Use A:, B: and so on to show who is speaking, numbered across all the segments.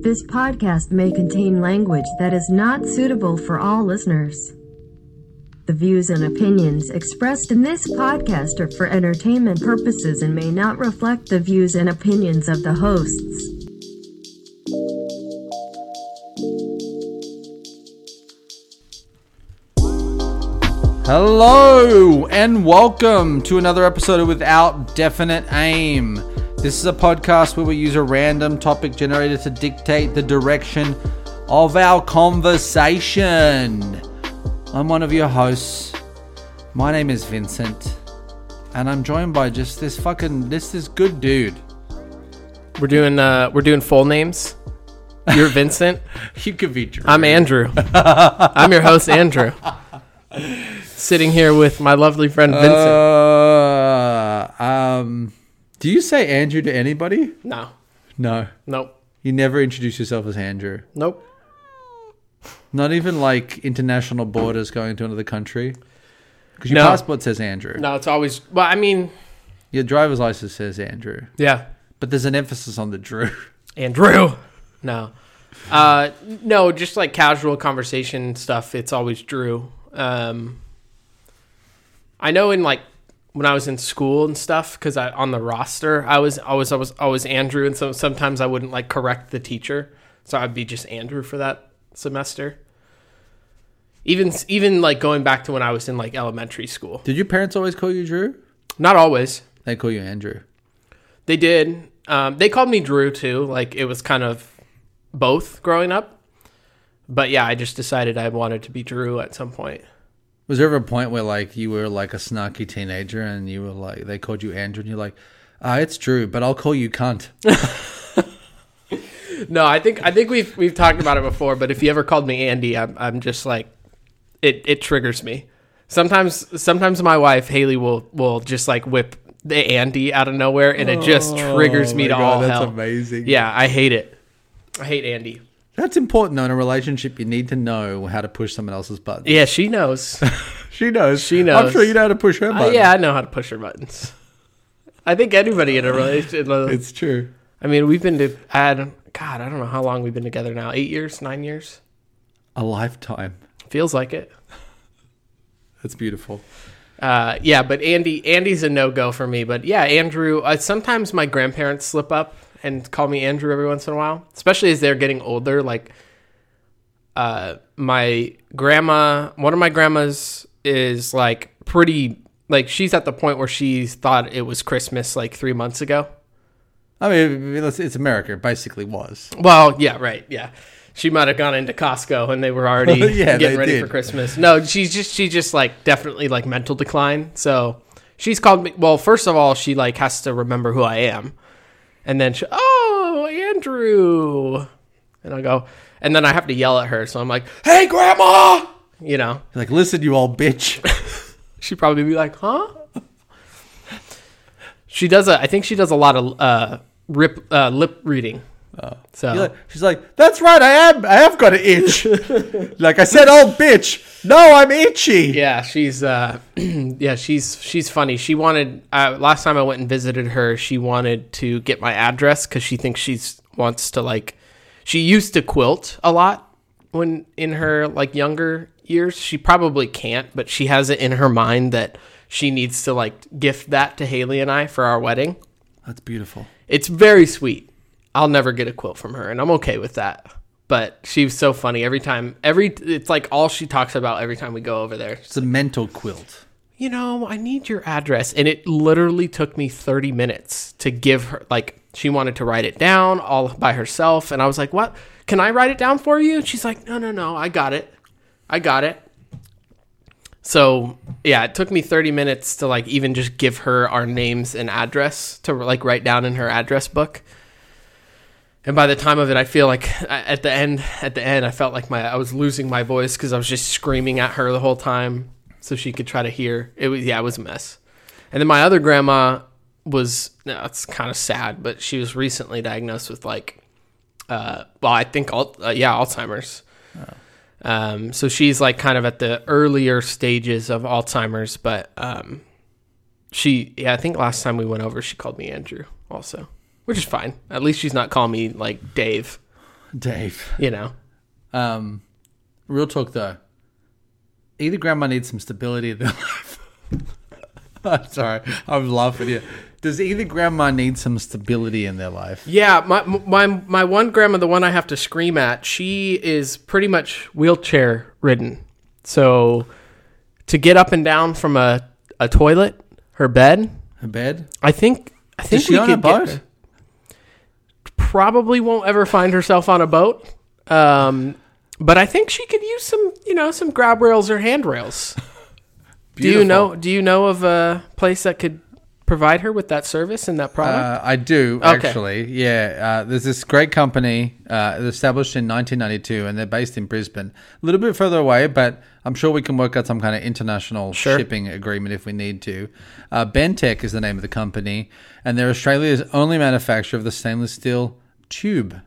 A: This podcast may contain language that is not suitable for all listeners. The views and opinions expressed in this podcast are for entertainment purposes and may not reflect the views and opinions of the hosts.
B: Hello and welcome to another episode of Without Definite Aim. This is a podcast where we use a random topic generator to dictate the direction of our conversation. I'm one of your hosts. My name is Vincent, and I'm joined by just this fucking this this good dude.
C: We're doing uh, we're doing full names. You're Vincent.
B: You could be Drew.
C: I'm Andrew. I'm your host Andrew. Sitting here with my lovely friend Vincent.
B: Uh, um, do you say Andrew to anybody?
C: no,
B: No,
C: nope,
B: you never introduce yourself as Andrew.
C: nope.
B: Not even like international borders going to another country. Because your
C: No.
B: passport says Andrew.
C: No, it's always. Well, I mean,
B: Your driver's license says Andrew.
C: yeah,
B: But there's an emphasis on the Drew.
C: Andrew. No, uh, no, just like casual conversation stuff. It's always Drew. Um, I know in like when I was in school and stuff, because I on the roster, I was always I was always Andrew, and so sometimes I wouldn't like correct the teacher, so I'd be just Andrew for that semester. Even even like going back to when I was in like elementary school,
B: Did your parents always call you Drew?
C: not always.
B: They call you Andrew.
C: They did. Um, they called me Drew too. Like it was kind of both growing up. But yeah, I just decided I wanted to be Drew at some point.
B: Was there ever a point where like you were like a snarky teenager and you were like they called you Andrew and you're like, ah, it's Drew, but I'll call you cunt.
C: No, I think I think we've we've talked about it before. But if you ever called me Andy, I'm I'm just like it it triggers me. Sometimes sometimes my wife Haley will will just like whip the Andy out of nowhere, and it just triggers me
B: Oh my
C: to
B: God,
C: all
B: that's
C: hell.
B: amazing.
C: Yeah, I hate it. I hate Andy.
B: That's important though in a relationship you need to know how to push someone else's button.
C: Yeah, she knows.
B: She knows.
C: She
B: I'm
C: knows.
B: sure you know how to push her
C: Uh,
B: button.
C: yeah, I know how to push her buttons. I think anybody in a relationship.
B: It's true.
C: I mean, we've been to add. God, I don't know how long we've been together now. Eight years, nine years.
B: A lifetime.
C: Feels like it.
B: That's beautiful.
C: Uh, yeah, but Andy, Andy's a no go for me. But yeah, Andrew. Uh, sometimes my grandparents slip up and call me Andrew every once in a while, especially as they're getting older. Like, uh, my grandma, one of my grandmas is like pretty. Like she's at the point where she thought it was Christmas like three months ago.
B: I mean, it's, it's America. It basically was.
C: Well, yeah, right, yeah. She might have gone into Costco and they were already
B: Yeah, they
C: getting ready
B: did.
C: for Christmas. No, she's just she just like definitely like mental decline. So she's called me. Well, first of all, she like has to remember who I am, and then she oh Andrew, and I go, and then I have to yell at her. So I'm like, hey grandma, you know.
B: Like, listen, you old bitch.
C: She'd probably be like, huh? She does a. I think she does a lot of uh, rip uh, lip reading.
B: Oh.
C: so
B: You're like- She's like, that's right, I am. I have got an itch. like I said, old bitch. No, I'm itchy.
C: Yeah, she's uh, yeah, she's she's funny. She wanted uh, last time I went and visited her. She wanted to get my address because she thinks she's wants to like. She used to quilt a lot when in her like younger years. She probably can't, but she has it in her mind that she needs to like gift that to Haley and I for our wedding.
B: That's beautiful.
C: It's very sweet. I'll never get a quilt from her, and I'm okay with that. But she's so funny every time. Every it's like all she talks about every time we go over there
B: It's a mental quilt.
C: you know, I need your address. And it literally took me 30 minutes to give her, like, she wanted to write it down all by herself. And I was like, what? Can I write it down for you? And she's like, no, no, no, I got it. I got it. So, yeah, it took me 30 minutes to, like, even just give her our names and address to, like, write down in her address book. And by the time of it, I feel like I- at the end, at the end, I felt like my I was losing my voice because I was just screaming at her the whole time, so she could try to hear. It was yeah, it was a mess. And then my other grandma was no, it's kind of sad, but she was recently diagnosed with like, uh, well, I think all uh, yeah, Alzheimer's. Um, so she's like kind of at the earlier stages of Alzheimer's, uh, but um, she yeah, I think last time we went over, she called me Andrew also, which is fine. At least she's not calling me like Dave,
B: Dave.
C: you know.
B: Um, real talk though, either grandma needs some stability in their life. I'm sorry, I'm laughing here. Does either grandma need some stability in their life?
C: Yeah, my my my one grandma, the one I have to scream at, she is pretty much wheelchair ridden. So to get up and down from a, a toilet, her bed,
B: Her bed?
C: I think I think
B: Is she
C: we
B: on
C: could
B: a boat?
C: Get her. Probably won't ever find herself on a boat. Um, but I think she could use some, you know, some grab rails or handrails. Do you
B: Beautiful.
C: know? Do you know of a place that could provide her with that service and that product?
B: Uh, I do
C: Okay.
B: actually. Yeah, uh, there's this great company uh, established in 1992, and they're based in Brisbane, a little bit further away, but I'm sure we can work out some kind of international
C: Sure.
B: shipping agreement if we need to. Uh, Bentec is the name of the company, and they're Australia's only manufacturer of the stainless steel tube.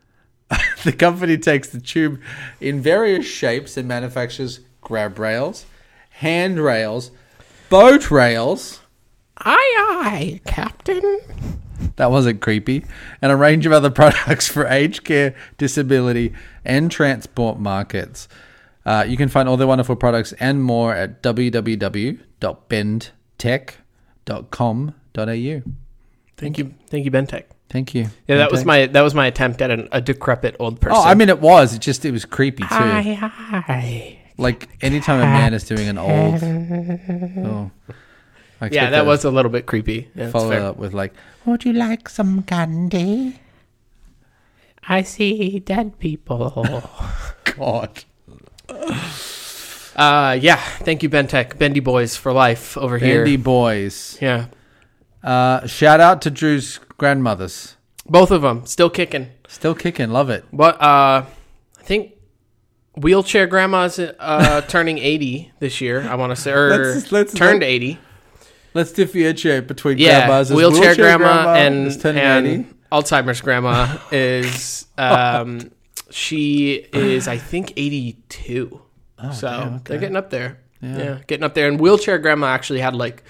B: the company takes the tube in various shapes and manufactures grab rails, handrails, boat rails.
C: Uh, aye, aye, Captain.
B: That wasn't creepy. And a range of other products for aged care, disability, and transport markets. Uh, you can find all their wonderful products and more at www.bendtech.com.au.
C: Thank you, thank you, Bentec.
B: Thank you.
C: Yeah, that was my that was my attempt at an, a decrepit old person.
B: Oh, I mean, it was. It just, it was creepy too.
C: aye, aye.
B: Like, anytime a man is doing an old. Oh. I
C: Yeah,
B: expect
C: that was a little bit creepy. Yeah, that's
B: Follow
C: fair.
B: up with, like,
D: Would you like some candy?
C: I see dead people.
B: God.
C: uh, yeah, thank you, Bentec, Bendy boys for life over here.
B: Bendy boys.
C: Yeah,
B: Uh, shout out to Drew's grandmothers.
C: both of them still kicking.
B: Still kicking. Love it.
C: But uh, I think wheelchair grandma's uh, turning eighty this year. I want to say, or
B: Let's- let's-
C: turned
B: let's-
C: eighty.
B: Let's differentiate between
C: Yeah,
B: grandmas. There's
C: wheelchair, grandma,
B: who's
C: and,
B: turning
C: and
B: 80.
C: Alzheimer's grandma is um, she is I think eighty two.
B: Oh,
C: so they're getting up there. Yeah. getting up there. And wheelchair grandma actually had like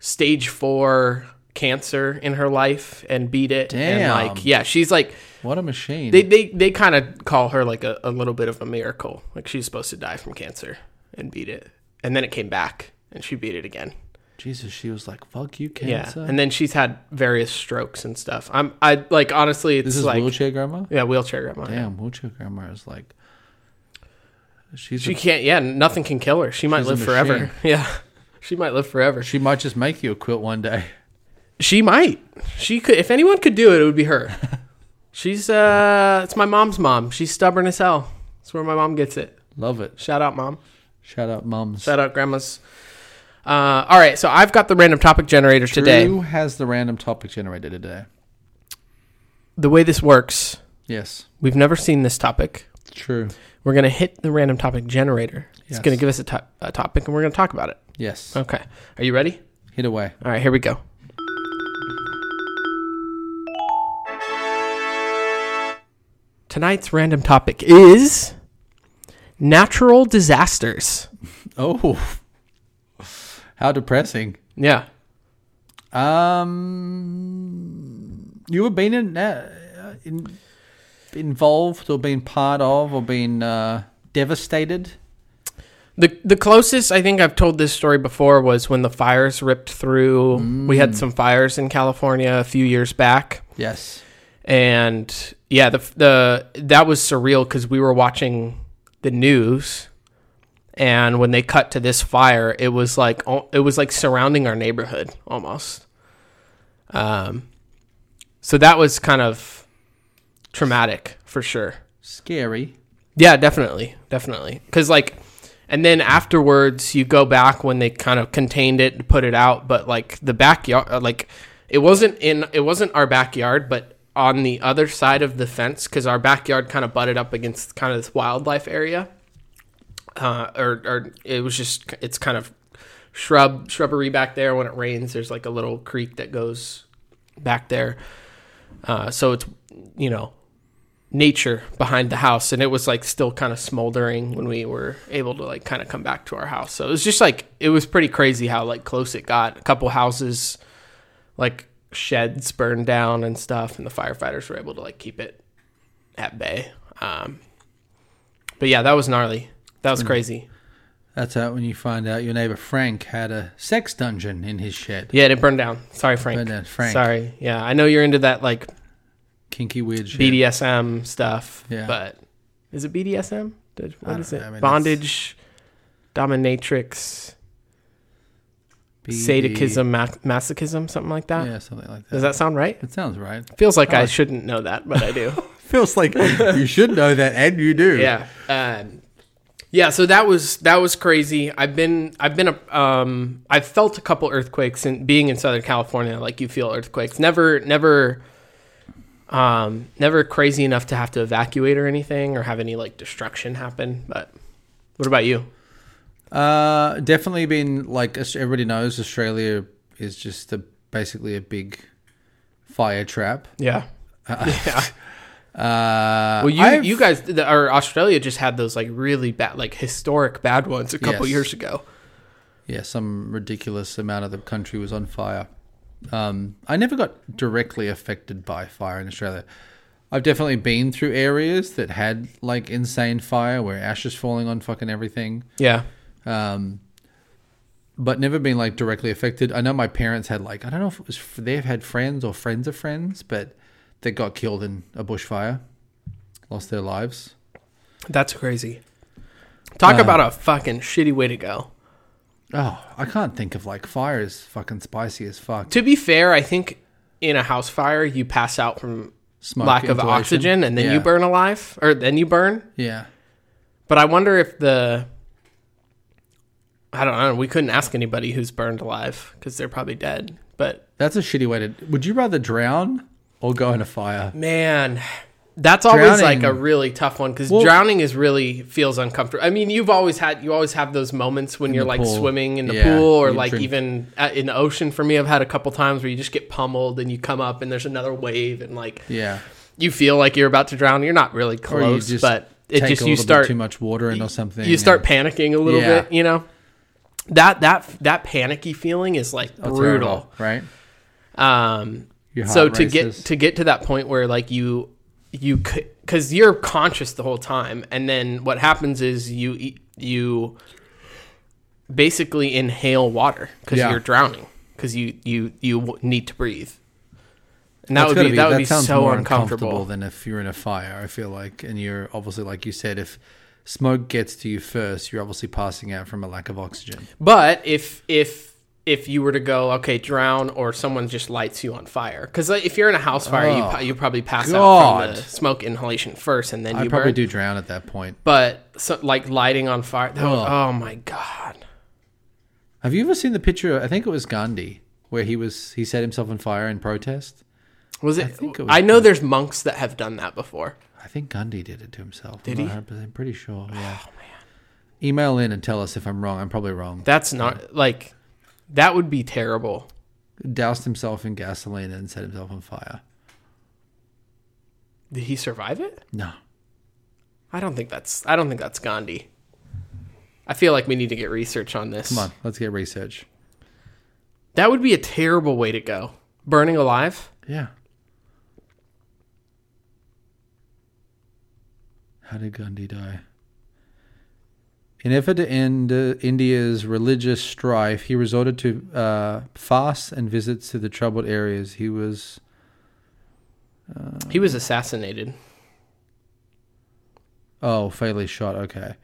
C: stage four cancer in her life and beat it. And
B: Damn.
C: like yeah, she's like
B: What a machine!
C: they they, they kind of call her like a, a little bit of a miracle. Like she's supposed to die from cancer and beat it. And then it came back and she beat it again.
B: Jesus, she was like, "Fuck you,
C: Yeah,
B: cancer."
C: and then she's had various strokes and stuff. I'm I like honestly, it's
B: this is
C: like
B: wheelchair grandma.
C: yeah, wheelchair grandma. yeah.
B: Damn, wheelchair grandma is like, she's she,
C: She can't. Yeah, nothing can kill her. She might
B: She's a
C: live forever.
B: machine.
C: Yeah, she might live forever.
B: she might just make you a quilt one day.
C: She might. She could. If anyone could do it, it would be her. She's uh, it's my mom's mom. She's stubborn as hell. That's where my mom gets it.
B: Love it.
C: Shout out, mom.
B: Shout out, mums.
C: Shout out, grandmas. Uh, all right, so I've got the random topic generator today.
B: Drew has the random topic generator today.
C: The way this works,
B: Yes,
C: we've never seen this topic.
B: true.
C: We're going to hit the random topic generator.
B: Yes.
C: It's going to give us a, to- a topic and we're going to talk about it.
B: Yes,
C: Okay. Are you ready?
B: hit away.
C: All right, here we go. Tonight's random topic is natural disasters.
B: Oh, how depressing.
C: Yeah.
B: Um, you were been in, uh, in, involved or been part of or been uh, devastated.
C: The the closest I think I've told this story before was when the fires ripped through. We had some fires in California a few years back.
B: Yes.
C: and yeah the the that was surreal because we were watching the news and when they cut to this fire it was like al- it was like surrounding our neighborhood almost um so that was kind of traumatic for sure
B: Scary.
C: yeah definitely definitely because like and then afterwards you go back when they kind of contained it and put it out but like the backyard uh, like it wasn't in it wasn't our backyard but on the other side of the fence because our backyard kind of butted up against kind of this wildlife area uh, or, or it was just it's kind of shrub shrubbery back there when it rains there's like a little creek that goes back there uh, so it's you know nature behind the house and it was like still kind of smoldering when we were able to like kind of come back to our house so it was just like it was pretty crazy how like close it got a couple houses like sheds burned down and stuff, and the firefighters were able to like keep it at bay. Um, but yeah, that was gnarly. That
B: Hmm.
C: was crazy.
B: That's out when you find out your neighbor Frank had a sex dungeon in his shed.
C: Yeah, it burned down. Sorry, Frank.
B: Burned down, Frank.
C: Sorry. Yeah, I know you're into that like
B: Kinky weird shit.
C: BDSM stuff,
B: Yeah.
C: but is it BDSM? Did- What is
B: know.
C: it?
B: I mean, it's-
C: Bondage, dominatrix,
B: BD
C: sadism, ma- masochism, something like that.
B: Yeah, Oh. something like that.
C: Does that sound right?
B: It sounds right.
C: Feels like I shouldn't know that, but I do.
B: Feels like you should know that, and you do.
C: yeah um, yeah so that was that was crazy i've been i've been a um i've felt a couple earthquakes and being in southern california like you feel earthquakes never never um never crazy enough to have to evacuate or anything or have any like destruction happen but what about you
B: Uh, definitely been like as everybody knows, Australia is just a, basically a big fire trap.
C: yeah yeah.
B: Uh,
C: Well, you
B: I've-
C: you guys the, or Australia just had those like really bad, like historic bad ones a couple
B: Yes.
C: years ago.
B: yeah, some ridiculous amount of the country was on fire. Um, I never got directly affected by fire in Australia. I've definitely been through areas that had like insane fire where ashes falling on fucking everything.
C: Yeah,
B: um, but never been like directly affected. I know my parents had like I don't know if it was they've had friends or friends of friends, but that got killed in a bushfire, lost their lives.
C: that's crazy. Talk about a fucking shitty way to go.
B: Oh, I can't think of like fire is fucking spicy as fuck.
C: To be fair, I think in a house fire you pass out from
B: Smoke
C: lack of
B: inhalation.
C: oxygen and then
B: Yeah.
C: you burn alive or then you burn.
B: Yeah,
C: But I wonder if the I don't know, we couldn't ask anybody who's burned alive cuz they're probably dead. But
B: that's a shitty way to. Would you rather drown or go in a fire?
C: man, that's always like a
B: Drowning.
C: really tough one cuz
B: Well-
C: drowning is really feels uncomfortable. I mean, you've always had you always have those moments when you're
B: the
C: like
B: pool.
C: swimming in the
B: Yeah,
C: pool or
B: you
C: like
B: drink-
C: even at, in the ocean for me I've had a couple times where you just get pummeled and you come up and there's another wave and like
B: Yeah,
C: you feel like you're about to drown. You're not really
B: or
C: close,
B: you just
C: but it
B: take
C: just
B: a
C: you
B: little
C: start
B: bit too much water in or something.
C: you start
B: and-
C: panicking a little
B: Yeah.
C: bit. You know that that that panicky feeling is like
B: Oh,
C: brutal.
B: terrible, right?
C: Um,
B: Your
C: so
B: heart
C: to get
B: races.
C: to get to that point where like you you because you're conscious the whole time, and then what happens is you e- you basically inhale water because
B: Yeah.
C: you're drowning because you you you w- need to breathe. And that
B: That's
C: would
B: gotta
C: be, that would be
B: sounds
C: so
B: more
C: uncomfortable.
B: than if you're in a fire. I feel like, and you're obviously like you said, if smoke gets to you first, you're obviously passing out from a lack of oxygen.
C: But if if if you were to go, okay, drown, or someone just lights you on fire, because if you're in a house fire, you
B: Oh,
C: pro- you probably pass out from the
B: God.
C: smoke inhalation first, and then
B: I
C: you
B: probably
C: burn.
B: do drown at that point.
C: But so, like lighting on fire, that would-
B: Ugh.
C: oh my god,
B: Have you ever seen the picture? I think it was Gandhi where he was he set himself on fire in protest.
C: was it? I,
B: think it was
C: know there's monks that have done that before.
B: I think Gandhi did it to himself.
C: Did
B: I'm
C: he? Oh,
B: not 100% I'm pretty sure. Yeah. Email in and tell us if I'm wrong. I'm probably wrong.
C: That's not like that would be terrible.
B: Doused himself in gasoline and set himself on fire.
C: Did he survive it?
B: No.
C: I don't think that's I don't think that's Gandhi. I feel like we need to get research on this.
B: Come on, let's get research.
C: That would be a terrible way to go. Burning alive.
B: Yeah. How did Gandhi die? In effort to end uh, India's religious strife, he resorted to uh, fasts and visits to the troubled areas. He was
C: He was assassinated.
B: oh, fatally shot. Okay.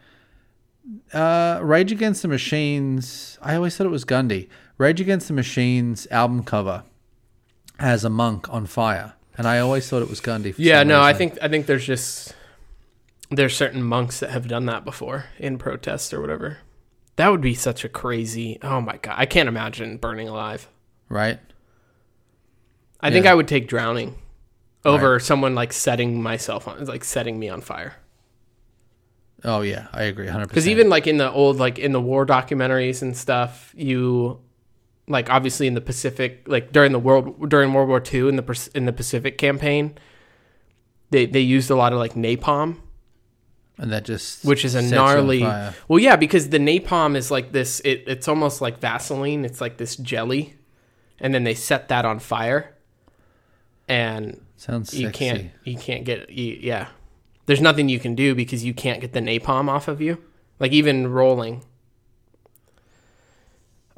B: Uh, Rage Against the Machines. I always thought it was Gandhi. Rage Against the Machines album cover has a monk on fire, and I always thought it was Gandhi. for
C: Yeah,
B: some
C: no, I
B: reason.
C: think I think there's just there's certain monks that have done that before in protests or whatever. That would be such a crazy. Oh my god, I can't imagine burning alive.
B: right.
C: I think
B: Yeah.
C: I would take drowning over someone like setting myself on like setting me on fire.
B: Oh yeah, I agree, hundred percent.
C: Because even like in the old like in the war documentaries and stuff, you like obviously in the Pacific, like during the world during World War II in the Pac- in the Pacific campaign, they they used a lot of like napalm.
B: and that just
C: which is a
B: sets you on
C: gnarly.
B: fire.
C: Well, yeah, because the napalm is like this. It, it's almost like Vaseline. It's like this jelly, and then they set that on fire, and
B: Sounds
C: you can't
B: sexy.
C: you can't get you, yeah. There's nothing you can do because you can't get the napalm off of you. Like even rolling.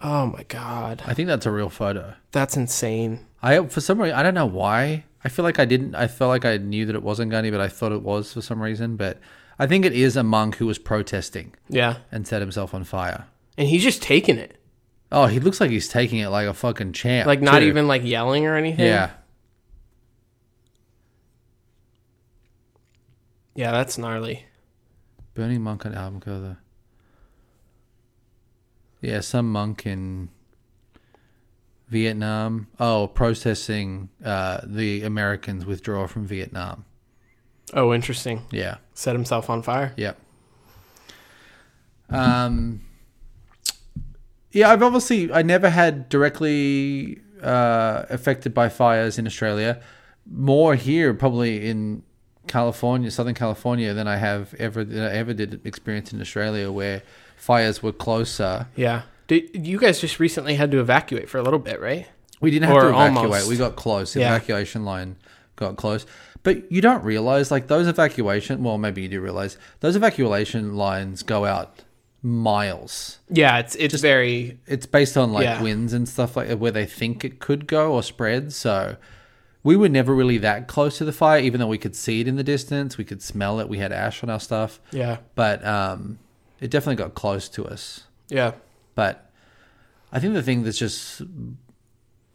C: Oh my god,
B: I think that's a real photo.
C: that's insane.
B: I for some reason I don't know why. I feel like I didn't. I felt like I knew that it wasn't Gunny, but I thought it was for some reason. But I think it is a monk who was protesting
C: Yeah,
B: and set himself on fire.
C: and he's just taking it,
B: Oh, he looks like he's taking it like a fucking champ.
C: like not
B: too.
C: even like yelling or anything.
B: Yeah.
C: yeah, that's gnarly.
B: Burning Monk on album cover. Yeah, some monk in Vietnam. Oh, processing uh, the Americans' withdrawal from Vietnam.
C: Oh, interesting.
B: Yeah,
C: Set himself on fire.
B: yeah. Um, yeah, I've obviously I never had directly uh, affected by fires in Australia. More here, probably in California, Southern California, than I have ever than I ever did experience in Australia, where fires were closer.
C: Yeah. Did, you guys just recently had to evacuate for a little bit, right?
B: We didn't have
C: Or
B: to evacuate.
C: almost.
B: We got close. The
C: Yeah.
B: evacuation line got close. But you don't realize, like those evacuation. Well, maybe you do realize those evacuation lines go out miles.
C: Yeah, it's it's very
B: It's based on like
C: Yeah.
B: winds and stuff like where they think it could go or spread. So we were never really that close to the fire, even though we could see it in the distance. We could smell it. We had ash on our stuff.
C: yeah
B: But um, it definitely got close to us.
C: yeah
B: But I think the thing that's just,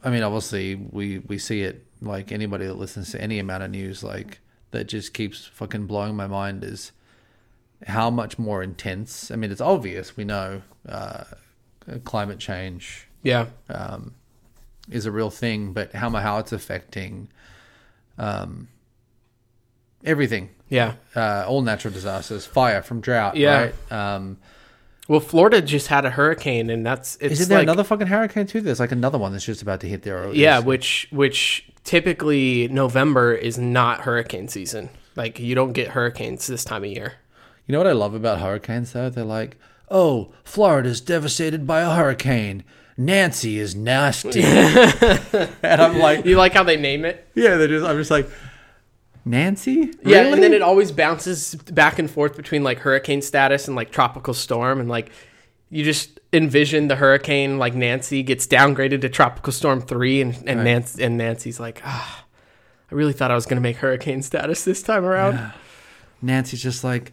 B: I mean, obviously we we see it like anybody that listens to any amount of news like that just keeps fucking blowing my mind is how much more intense. I mean, it's obvious we know uh, climate change
C: yeah
B: is a real thing, but how mu- how it's affecting um, everything,
C: yeah.
B: uh, all natural disasters, fire from drought,
C: Yeah.
B: right? Um,
C: Well, Florida just had a hurricane, and that's it's
B: isn't there
C: like-
B: another fucking hurricane too? There's like another one that's just about to hit there. or
C: yeah,
B: is-
C: which which typically November is not hurricane season. Like you don't get hurricanes this time of year.
B: You know what I love about hurricanes, though? They're like, oh, Florida's devastated by a hurricane. Nancy is nasty. and I'm like,
C: You like how they name it?
B: yeah, they're just, I'm just like, Nancy?
C: Yeah, and then
B: Really?
C: it always bounces back and forth between like hurricane status and like tropical storm, and like you just envision the hurricane like Nancy gets downgraded to tropical storm three, and and Nancy and Nancy's like, ah, I really thought I was gonna make hurricane status this time around.
B: Nancy's just like,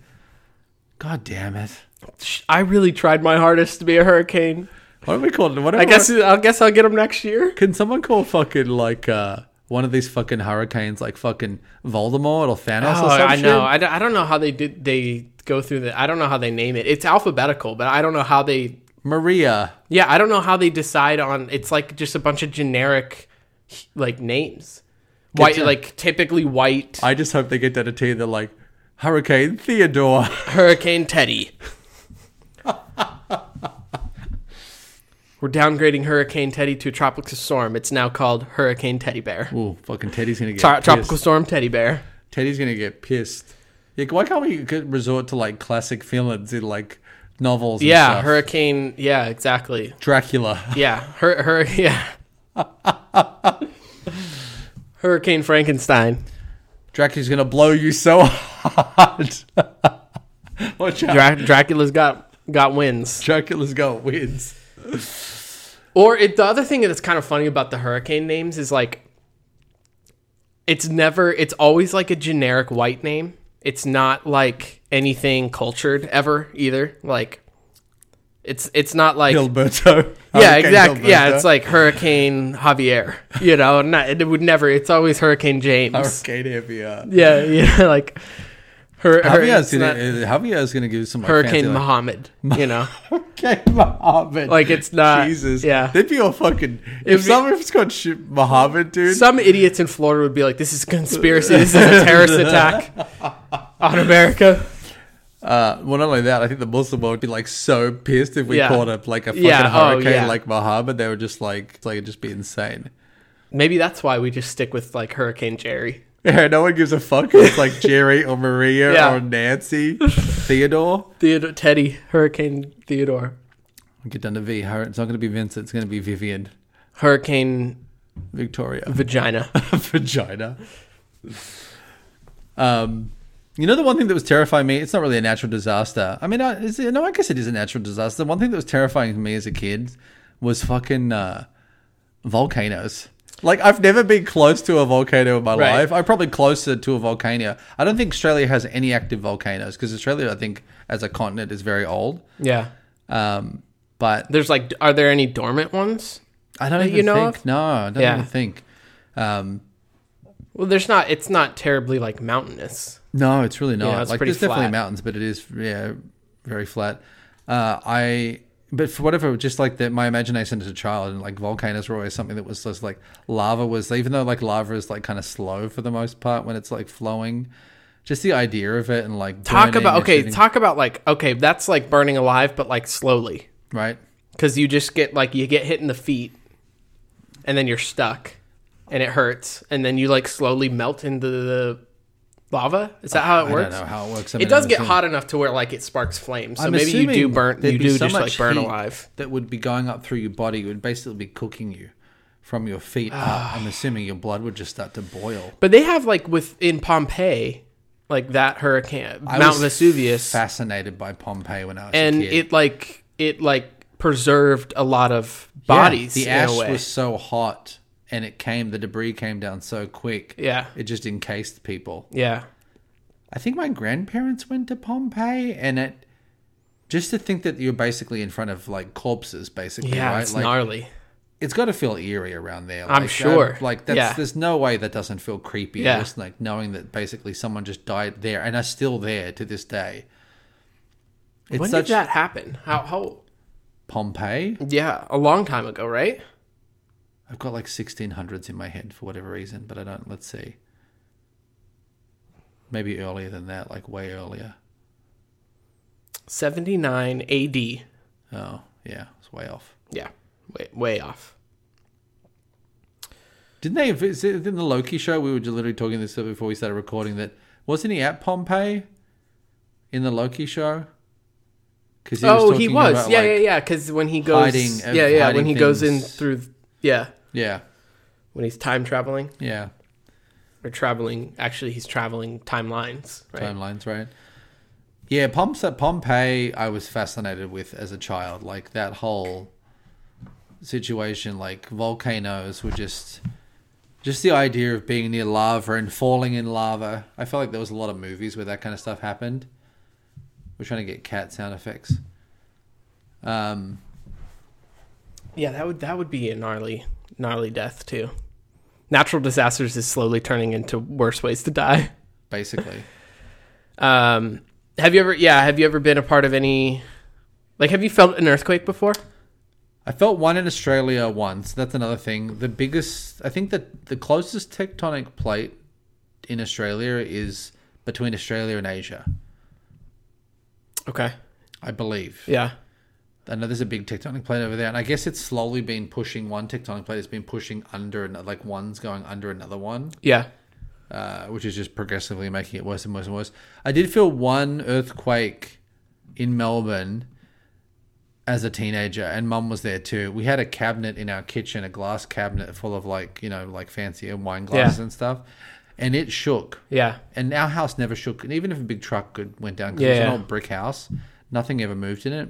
B: God damn it.
C: Sh- I really tried my hardest to be a hurricane.
B: What are we calling What are
C: I guess I guess I'll get them next year.
B: Can someone call fucking like uh, one of these fucking hurricanes like fucking Voldemort or Thanos
C: Oh,
B: or something?
C: I know. I, d- I don't know how they did. They go through the. I don't know how they name it. It's alphabetical, but I don't know how they.
B: Maria.
C: Yeah, I don't know how they decide on. It's like just a bunch of generic, like names. White,
B: to-
C: like typically white
B: I just hope they get that a team. They're like, Hurricane Theodore.
C: Hurricane Teddy. We're downgrading Hurricane Teddy to a tropical storm. It's now called Hurricane Teddy Bear.
B: Ooh, fucking Teddy's gonna get
C: Tro-
B: pissed.
C: tropical storm Teddy Bear.
B: Teddy's gonna get pissed. Yeah, why can't we get- resort to like classic villains in like novels? And
C: Yeah,
B: stuff?
C: Hurricane. Yeah, exactly.
B: Dracula.
C: Yeah, her, her, yeah. Hurricane Frankenstein.
B: Dracula's gonna blow you so hard. Watch out.
C: Dra- Dracula's got got wins.
B: Dracula's got wins.
C: Or it, the other thing that's kind of funny about the hurricane names is like, it's never. It's always like a generic white name. It's not like anything cultured ever either. Like, it's it's not like
B: Gilberto.
C: yeah,
B: Hurricane
C: exactly. Yeah,
B: Gilberto.
C: it's like Hurricane Javier. You know, not, it would never. It's always Hurricane James.
B: Hurricane Javier.
C: Yeah, yeah, like her, her
B: Javier's
C: it's
B: gonna,
C: not
B: uh, Javier's gonna give some like,
C: Hurricane
B: fancy, like,
C: Muhammad, you know.
B: Hurricane Muhammad.
C: Like, it's not-
B: Jesus.
C: yeah.
B: They'd be all fucking.
C: It'd
B: If
C: be-
B: someone's called Sh- Muhammad, dude.
C: Some idiots in Florida would be like, this is a conspiracy, this is a terrorist attack on America.
B: Uh, well, not only that, I think the Muslim world would be like so pissed if we
C: Yeah.
B: caught up like a fucking
C: Yeah, oh,
B: hurricane
C: yeah.
B: like Muhammad. They would just like, it's like it'd just be insane.
C: Maybe that's why we just stick with like Hurricane Jerry.
B: Yeah, no one gives a fuck if it's like Jerry or Maria
C: Yeah.
B: or Nancy, Theodore.
C: Theodore Teddy, Hurricane Theodore.
B: Get down to V. Hur- It's not going to be Vincent. It's going to be Vivian.
C: Hurricane
B: Victoria.
C: Vagina.
B: Vagina. Um, you know the one thing that was terrifying me. It's not really a natural disaster. I mean, I, is it, no, I guess it is a natural disaster. One thing that was terrifying to me as a kid was fucking uh, volcanoes. Like I've never been close to a volcano in my
C: Right.
B: life. I'm probably closer to a volcano. I don't think Australia has any active volcanoes because Australia, I think, as a continent, is very old.
C: yeah.
B: Um, but
C: There's like, are there any dormant ones?
B: I don't
C: that
B: even
C: you know
B: think.
C: of?
B: No, I don't
C: Yeah.
B: even think. Um,
C: Well, there's not. It's not terribly like mountainous.
B: no, it's really not.
C: it's
B: like
C: pretty
B: there's definitely
C: flat.
B: mountains, but it is yeah, very flat. Uh, I but for whatever, just like that, my imagination as a child and like volcanoes were always something that was just like lava was. Even though like lava is like kind of slow for the most part when it's like flowing, just the idea of it and like
C: Talk
B: burning
C: about
B: and
C: okay.
B: shooting-
C: Talk about like okay. That's like burning alive, but like slowly,
B: right.
C: because you just get like you get hit in the feet, and then you're stuck, and it hurts, and then you like slowly melt into the lava. Is that how it
B: I
C: works?
B: don't know how it works. I
C: It
B: mean,
C: does
B: I'm
C: get
B: assuming-
C: hot enough to where like it sparks flames. So
B: I'm
C: maybe you do
B: assuming
C: burn.
B: there'd
C: You
B: be
C: do
B: so
C: just like
B: much
C: burn
B: heat
C: alive.
B: That would be going up through your body. It would basically be cooking you from your feet up. I'm assuming your blood would just start to boil.
C: But they have like with in Pompeii, like that hurricane,
B: I
C: Mount
B: was
C: Vesuvius,
B: Fascinated by Pompeii when I was
C: and
B: a kid.
C: it like it like preserved a lot of
B: Yeah,
C: bodies
B: the
C: in
B: ash
C: a way.
B: was so hot, and it came. The debris came down so quick.
C: Yeah.
B: it just encased people.
C: yeah,
B: I think my grandparents went to Pompeii, and it just to think that you're basically in front of like corpses, basically.
C: yeah,
B: right?
C: it's
B: like,
C: gnarly.
B: it's got to feel eerie around there.
C: I'm
B: Like,
C: sure.
B: uh, like that's
C: Yeah.
B: there's no way that doesn't feel creepy.
C: Yeah.
B: Just like knowing that basically someone just died there and are still there to this day. It's
C: When
B: such
C: did that happen? How? How?
B: Pompeii.
C: Yeah, a long time ago, right?
B: I've got like 1600s in my head for whatever reason, but I don't. Let's see. Maybe earlier than that, like way earlier.
C: Seventy nine A.D.
B: Oh yeah, it's way off.
C: Yeah, way way off.
B: Didn't they? is it In the Loki show, we were just literally talking this before we started recording. That wasn't he at Pompeii in the Loki show? Because
C: oh, he was. yeah, yeah, yeah. Because when he goes,
B: hiding- uh,
C: yeah, yeah. When
B: hiding
C: he goes in
B: things.
C: through, yeah,
B: yeah,
C: when he's time traveling
B: yeah.
C: or traveling. Actually, he's traveling timelines. Right?
B: Timelines, right? Yeah, Pomps Pompeii. I was fascinated with as a child, like that whole situation. Like volcanoes were just, just the idea of being near lava and falling in lava. I felt like there was a lot of movies where that kind of stuff happened. We're trying to get cat sound effects. Um,
C: Yeah, that would that would be a gnarly gnarly death too. Natural disasters is slowly turning into worse ways to die.
B: basically.
C: Um, have you ever? Yeah, have you ever been a part of any? Like, have you felt an earthquake before?
B: I felt one in Australia once. That's another thing. The biggest, I think that the closest tectonic plate in Australia is between Australia and Asia,
C: Okay.
B: I believe.
C: Yeah.
B: I know there's a big tectonic plate over there, and I guess it's slowly been pushing. One tectonic plate has been pushing under, another, like one's going under another one,
C: Yeah.
B: uh, which is just progressively making it worse and worse and worse. I did feel one earthquake in Melbourne as a teenager, and mum was there too. We had a cabinet in our kitchen, a glass cabinet full of like you know like fancy wine glasses
C: Yeah.
B: and stuff, and it shook.
C: Yeah.
B: And our house never shook, and even if a big truck could, went down, 'cause it was
C: Yeah.
B: an old brick house, nothing ever moved in it.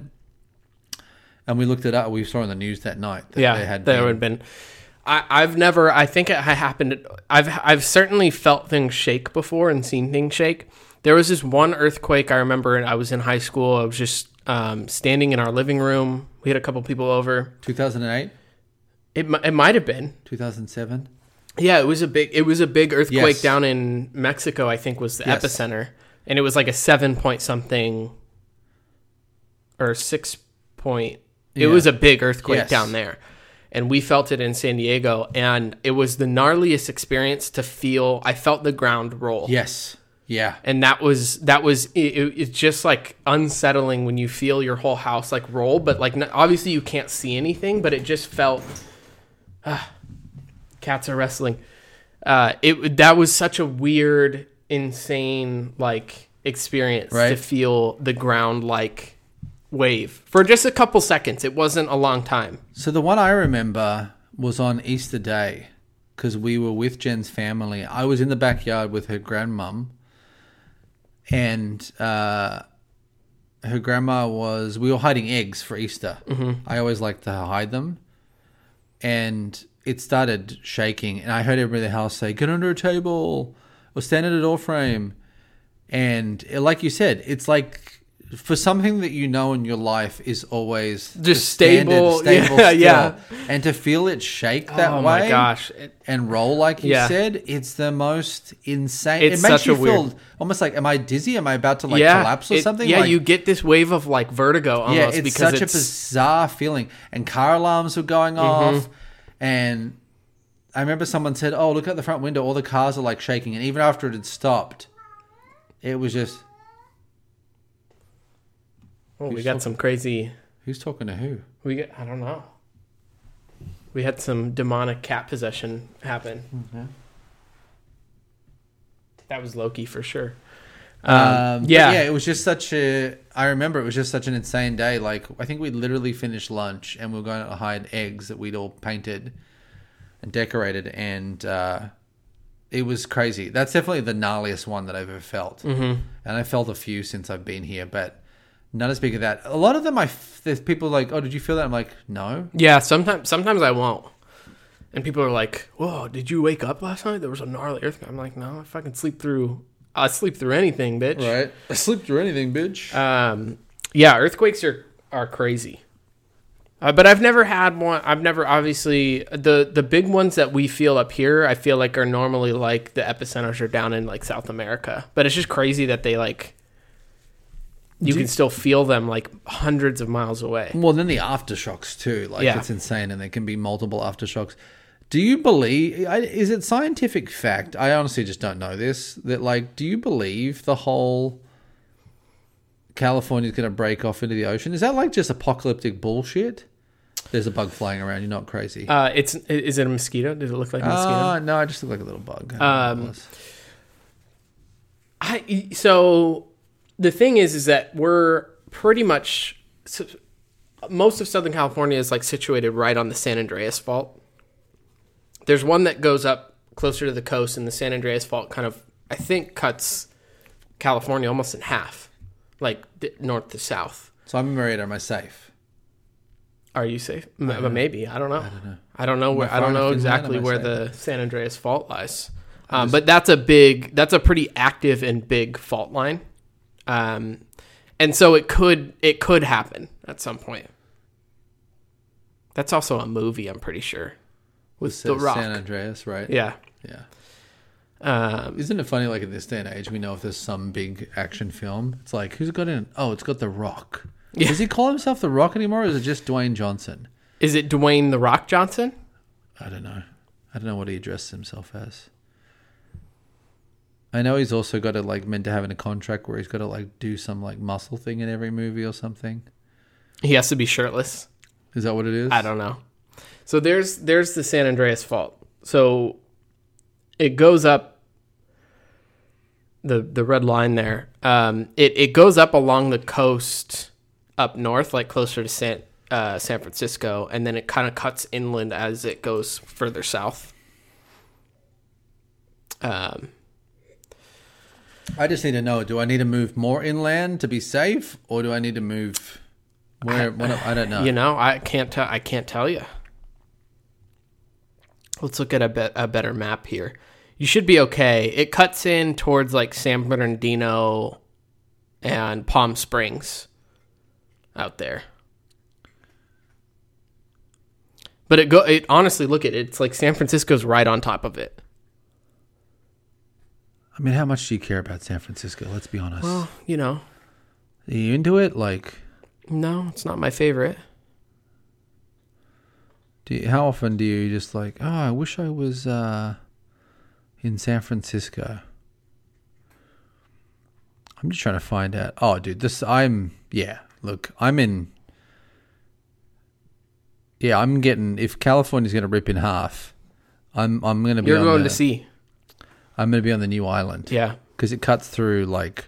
B: And we looked it up. We saw on the news that night that
C: yeah,
B: they had
C: there
B: been-
C: would have been. I, I've never. I think it ha- happened. I've I've certainly felt things shake before and seen things shake. There was this one earthquake I remember. And I was in high school. I was just um, standing in our living room. We had a couple people over.
B: 2008,
C: It mi- it might have been.
B: 2007.
C: Yeah, it was a big. It was a big earthquake
B: Yes.
C: down in Mexico. I think was the
B: Yes.
C: epicenter, and it was like a seven point something, or six point. It
B: Yeah.
C: was a big earthquake
B: Yes.
C: down there, and we felt it in San Diego, and it was the gnarliest experience to feel. I felt the ground roll.
B: Yes. Yeah.
C: And that was that was it, it- it's just like unsettling when you feel your whole house like roll, but like n obviously you can't see anything, but it just felt. Ah, cats are wrestling. Uh, it that was such a weird, insane like experience to
B: Right.
C: feel the ground like wave for just a couple seconds. It wasn't a long time.
B: So the one I remember was on Easter Day. because we were with Jen's family. I was in the backyard with her grandmum, and uh, her grandma was. We were hiding eggs for Easter.
C: Mm-hmm.
B: I always like to hide them, and it started shaking, and I heard everybody in the house say, "Get under a table," or "Stand at a door frame." And uh, like you said, it's like for something that you know in your life is always the
C: stable, yeah, yeah.
B: and to feel it shake that
C: Oh
B: way,
C: my gosh. It-
B: and roll like you
C: Yeah.
B: said, it's the most insane.
C: It's
B: it makes
C: such
B: you
C: a weird-
B: feel almost like, am I dizzy? Am I about to like collapse or
C: it-
B: something?
C: Yeah,
B: Like,
C: you get this wave of like vertigo almost
B: yeah, it's
C: because
B: such
C: it's
B: a bizarre feeling. And car alarms were going
C: Mm-hmm.
B: off, and I remember someone said, "Oh, look out the front window! All the cars are like shaking." And even after it had stopped, it was just
C: oh, we got some crazy.
B: who's talking to who?
C: We get I don't know. We had some demonic cat possession happen.
B: Hmm,
C: That was Loki for sure.
B: Um, but
C: yeah.
B: yeah, it was just such a. I remember it was just such an insane day. Like I think we literally finished lunch and we were going to hide eggs that we'd all painted and decorated, and uh, it was crazy. That's definitely the gnarliest one that I've ever felt, mm-hmm. and I felt a few since I've been here, but not as big as that. A lot of them, I f- there's people like, oh, did you feel that? I'm like, no.
C: Yeah, sometimes sometimes I won't. And people are like, "Whoa, did you wake up last night? There was a gnarly earthquake." I'm like, "No, if I can sleep through, I sleep through anything, bitch."
B: Right, I slipped or anything, bitch.
C: Um, yeah, earthquakes are are crazy. Uh, but I've never had one. I've never obviously the the big ones that we feel up here. I feel like are normally like the epicenters are down in like South America. But it's just crazy that they like you can still feel them like hundreds of miles away.
B: Well, then the aftershocks too. Like
C: Yeah.
B: it's insane, and there can be multiple aftershocks. Do you believe? I- Is it scientific fact? I honestly just don't know this. That like, do you believe the whole California's going to break off into the ocean? Is that like just apocalyptic bullshit? There's a bug flying around. You're not crazy.
C: Uh, it's is it a mosquito? Did it look like a mosquito?
B: Ah, no, I just look like a little bug. I don't
C: Um,
B: know what it was.
C: I so the thing is is that we're pretty much so, most of Southern California is like situated right on the San Andreas Fault. There's one that goes up closer to the coast, and the San Andreas Fault kind of I think cuts California almost in half, like d- north to south.
B: so I'm married. Am I safe?
C: Are you safe? M- maybe I don't know. I don't know. I don't know where.
B: far
C: I don't
B: enough
C: know
B: inland,
C: exactly
B: am I
C: where
B: safe?
C: the San Andreas Fault lies. Um, but that's a big. That's a pretty active and big fault line, um, and so it could it could happen at some point. That's also a movie. I'm pretty sure with The
B: San-
C: Rock.
B: San Andreas, right?
C: yeah.
B: Yeah.
C: Um,
B: Isn't it funny? Like in this day and age, we know if there's some big action film, it's like who's got in? Oh, it's got The Rock. Does he call himself The Rock anymore, or is it just Dwayne Johnson?
C: is it Dwayne the Rock Johnson?
B: I don't know. I don't know what he addresses himself as. I know he's also got it like meant to have in a contract where he's got to like do some like muscle thing in every movie or something.
C: He has to be shirtless.
B: Is that what it is?
C: I don't know. So there's there's the San Andreas fault. So it goes up the the red line there. Um, it it goes up along the coast up north, like closer to San uh, San Francisco, and then it kind of cuts inland as it goes further south. Um,
B: I just need to know: Do I need to move more inland to be safe, or do I need to move where? what, I don't know.
C: you know, I can't tell. I can't tell you. Let's look at a, bet a better map here. You should be okay. It cuts in towards like San Bernardino and Palm Springs out there. But it go. It honestly, look at it. It's like San Francisco's right on top of it.
B: I mean, how much do you care about San Francisco? Let's be honest.
C: Well, you know,
B: Are you into it? Like,
C: no, it's not my favorite.
B: Do you, how often do you just like, oh, I wish I was uh, in San Francisco? I'm just trying to find out. Oh, dude, this I'm yeah. Look, I'm in. Yeah, I'm getting. If California's gonna rip in half, I'm I'm gonna be.
C: You're
B: on
C: going
B: the,
C: to see.
B: I'm gonna be on the new island
C: Yeah.
B: because it cuts through like.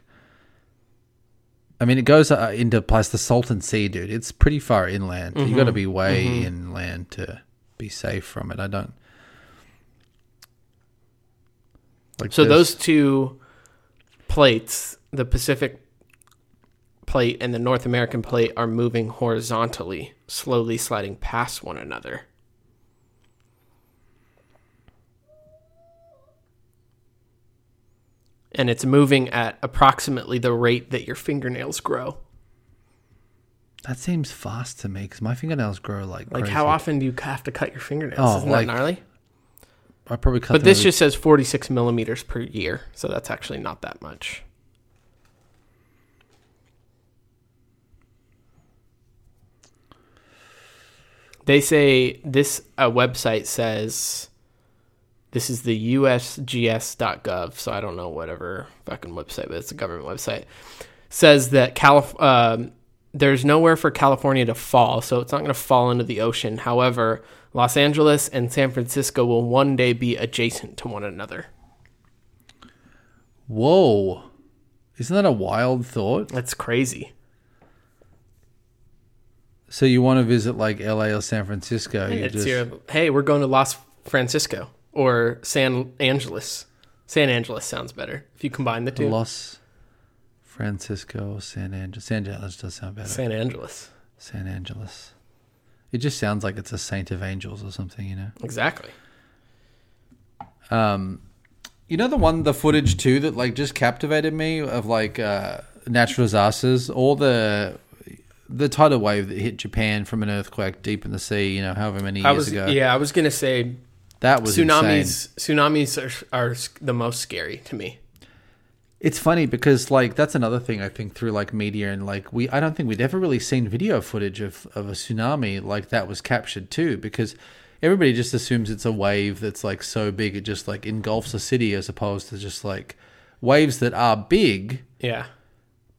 B: I mean, it goes uh, into place the Salton Sea, dude. It's pretty far
C: Mm-hmm.
B: inland. You got to be way inland to be safe from it. I don't. Like
C: So
B: this.
C: those two plates, the Pacific plate and the North American plate, are moving horizontally, slowly sliding past one another. And it's moving at approximately the rate that your fingernails grow.
B: That seems fast to me because my fingernails grow like
C: Like,
B: crazy.
C: how often do you have to cut your fingernails?
B: Oh,
C: Isn't
B: like-
C: that gnarly?
B: I probably cut.
C: But
B: them
C: this
B: every-
C: just says 46 millimeters per year, so that's actually not that much. They say this uh, website says this is the USGS.gov, so I don't know whatever fucking website, but it's a government website. Says that Calif- um there's nowhere for California to fall, so it's not going to fall into the ocean. However, Los Angeles and San Francisco will one day be adjacent to one another.
B: Whoa! Isn't that a wild thought?
C: That's crazy.
B: So you want to visit like LA or San Francisco? You
C: it's
B: just
C: your, hey, we're going to Los Francisco or San Angeles. San Angeles sounds better if you combine the two.
B: Los Francisco, San Angeles. San Angeles does sound better.
C: San Angeles.
B: San Angeles. It just sounds like it's a saint of angels or something, you know.
C: Exactly.
B: You know the one, the footage too that like just captivated me of like uh, natural disasters, all the the tidal wave that hit Japan from an earthquake deep in the sea. You know, however many years
C: I was
B: ago.
C: yeah, I was going to say
B: that was insane.
C: tsunamis tsunamis are, are the most scary to me.
B: It's funny because like that's another thing I think through like media and like we I don't think we'd ever really seen video footage of of a tsunami like that was captured too because everybody just assumes it's a wave that's like so big it just like engulfs a city as opposed to just like waves that are big
C: Yeah.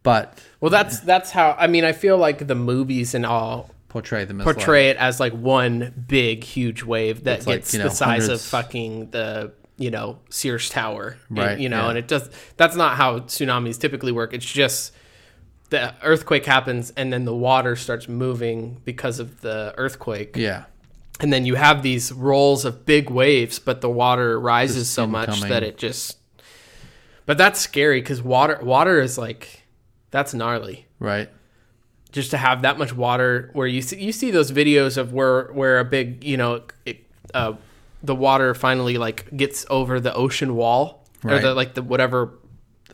B: but
C: Well, that's that's how I mean, I feel like the movies and all
B: portray them as
C: portray it as like one big huge wave that
B: It's like,
C: gets
B: you know,
C: the size of
B: hundreds-
C: fucking the you know Sears Tower, And,
B: Right,
C: you know,
B: yeah.
C: and it does. That's not how tsunamis typically work. It's just the earthquake happens and then the water starts moving because of the earthquake,
B: like, yeah
C: and then you have these rolls of big waves, but the water rises so much
B: incoming.
C: that it just. But that's scary because water water is like that's gnarly
B: right
C: just to have that much water where you see you see those videos of where where a big you know it, uh, the water finally like gets over the ocean wall or the
B: Right.
C: like the whatever wall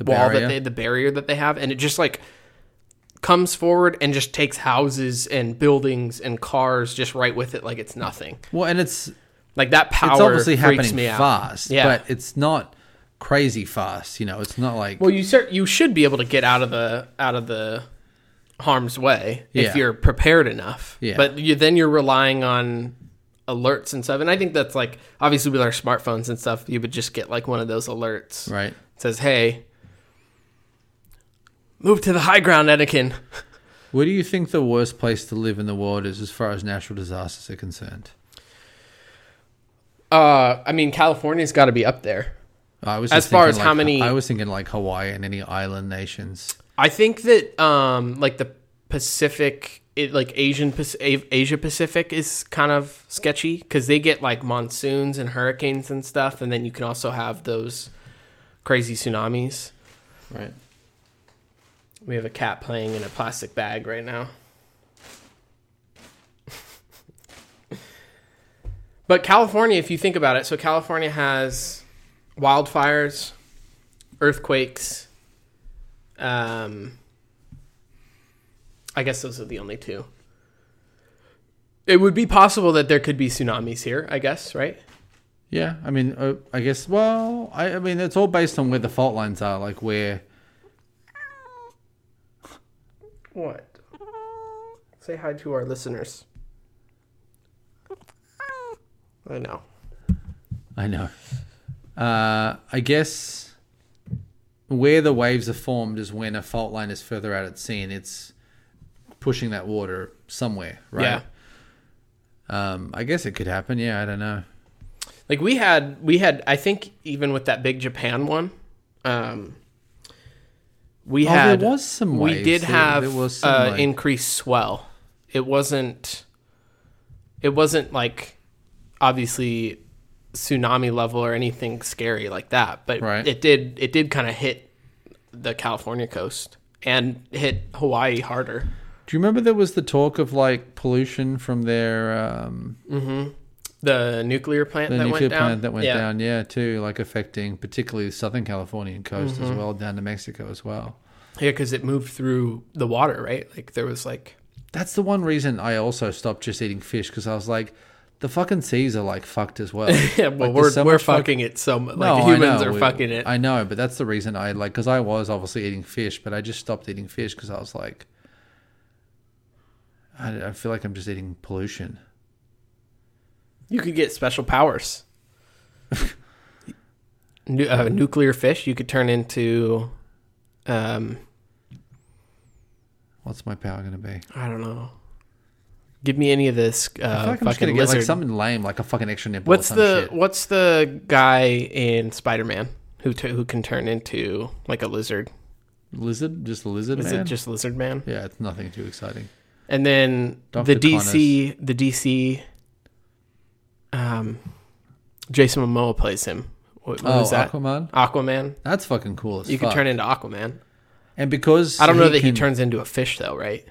B: barrier.
C: that they the barrier that they have and it just like comes forward and just takes houses and buildings and cars just right with it like it's nothing
B: well and it's
C: like that power
B: it's obviously
C: freaks
B: happening
C: me out.
B: fast
C: yeah
B: but it's not crazy fast you know it's not like
C: Well, you cer- you should be able to get out of the out of the harm's way
B: Yeah.
C: if you're prepared enough.
B: Yeah.
C: But you then you're relying on alerts and stuff. And I think that's like obviously with our smartphones and stuff, you would just get like one of those alerts.
B: right
C: It says, "Hey, move to the high ground, Anakin."
B: Where do you think the worst place to live in the world is as far as natural disasters are concerned?
C: Uh, I mean, California's got to be up there.
B: I was
C: As
B: just
C: far
B: thinking,
C: as
B: like,
C: how many-
B: I was thinking like Hawaii and any island nations.
C: I think that um like the Pacific it, like Asian Pac- A- Asia Pacific is kind of sketchy cuz they get like monsoons and hurricanes and stuff and then you can also have those crazy tsunamis.
B: Right.
C: We have a cat playing in a plastic bag right now. but California, if you think about it, so California has wildfires, earthquakes. Um, I guess those are the only two. It would be possible that there could be tsunamis here, I guess, right?
B: Yeah, I mean, uh, I guess. Well, I, I mean, it's all based on where the fault lines are, like where.
C: What? Say hi to our listeners. I know.
B: I know. Uh, I guess where the waves are formed is when a fault line is further out at sea and it's pushing that water somewhere, right? Um, I guess it could happen. Yeah, I don't know.
C: Like we had we had I think even with that big Japan one, um we
B: Oh, there
C: had
B: was some
C: We
B: waves.
C: did
B: There-
C: have
B: there was some,
C: uh,
B: like-
C: increased swell. It wasn't it wasn't like obviously tsunami level or anything scary like that, but
B: Right.
C: it did it did kind of hit the California coast and hit Hawaii harder.
B: Do you remember there was the talk of like pollution from their um,
C: The nuclear plant
B: the
C: that
B: nuclear
C: went down.
B: plant that went
C: Yeah.
B: down? Yeah, too, like affecting particularly the Southern Californian coast
C: Mm-hmm.
B: as well, down to Mexico as well.
C: Yeah, because it moved through the water, right? Like there was like
B: That's the one reason I also stopped just eating fish because I was like, the fucking seas are like fucked as well.
C: yeah, well
B: Like,
C: we're
B: there's so
C: we're
B: much fuck-
C: fucking it so mu-
B: No,
C: like
B: I
C: humans
B: know,
C: are
B: we-
C: fucking it.
B: I know, but that's the reason I like because I was obviously eating fish, but I just stopped eating fish because I was like, I, I feel like I'm just eating pollution.
C: you could get special powers. Nu- uh, nuclear fish, you could turn into, um,
B: What's my power going to be?
C: I don't know. Give me any of this
B: I feel
C: uh,
B: like I'm just
C: fucking
B: going to get
C: lizard.
B: like something lame, like a fucking extra nipple.
C: what's
B: or some
C: the
B: shit.
C: What's the guy in Spider Man who t- who can turn into like a lizard?
B: lizard? Just a lizard
C: Is
B: man?
C: it just Lizard Man?
B: yeah, it's nothing too exciting.
C: And then
B: Dr.
C: the DC, the DC, um, Jason Momoa plays him. What, what
B: oh,
C: was that?
B: Aquaman.
C: Aquaman.
B: That's fucking cool as
C: You
B: fuck.
C: can turn into Aquaman.
B: and because
C: I don't know that he
B: can-
C: turns into a fish though, right?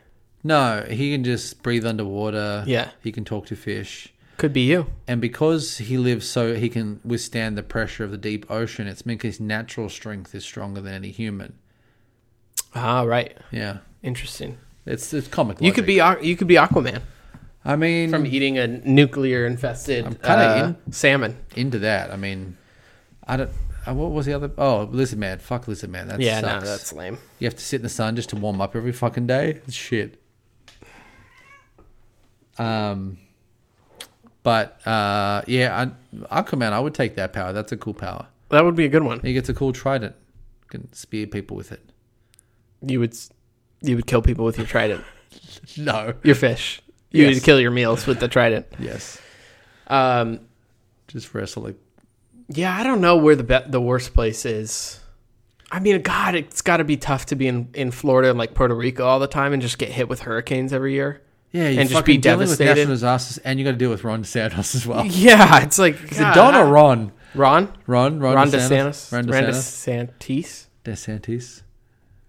B: No, he can just breathe underwater.
C: Yeah.
B: he can talk to fish.
C: Could be you.
B: And because he lives so he can withstand the pressure of the deep ocean, it's meant his natural strength is stronger than any human.
C: Ah, right.
B: Yeah.
C: Interesting.
B: It's it's comic.
C: You could be Aqu- you could be Aquaman
B: I mean,
C: from eating a nuclear infested
B: Hmm. I'm kinda
C: uh, salmon.
B: into that. I mean, I don't. uh, What was the other? Oh, lizard man. Fuck lizard man. That
C: yeah,
B: sucks.
C: no, that's lame.
B: You have to sit in the sun just to warm up every fucking day. It's shit. Um, but uh, yeah, I, Aquaman. I would take that power. That's a cool power.
C: That would be a good one.
B: He gets a cool trident. Can spear people with it.
C: You would s- you would kill people with your trident.
B: No.
C: Your fish. You
B: Yes.
C: would kill your meals with the trident.
B: Yes.
C: Um,
B: Just wrestle like
C: yeah, I don't know where the be- the worst place is. I mean, God, it's got to be tough to be in, in Florida and like Puerto Rico all the time and just get hit with hurricanes every year.
B: yeah, you
C: And
B: and
C: just be
B: fucking dealing with
C: devastated.
B: national disasters, and you got to deal with Ron DeSantis as well.
C: Yeah, it's like
B: Is it Don or Ron?
C: Ron?
B: Ron, Ron,
C: Ron DeSantis.
B: Ron
C: Ron
B: DeSantis,
C: DeSantis.
B: DeSantis.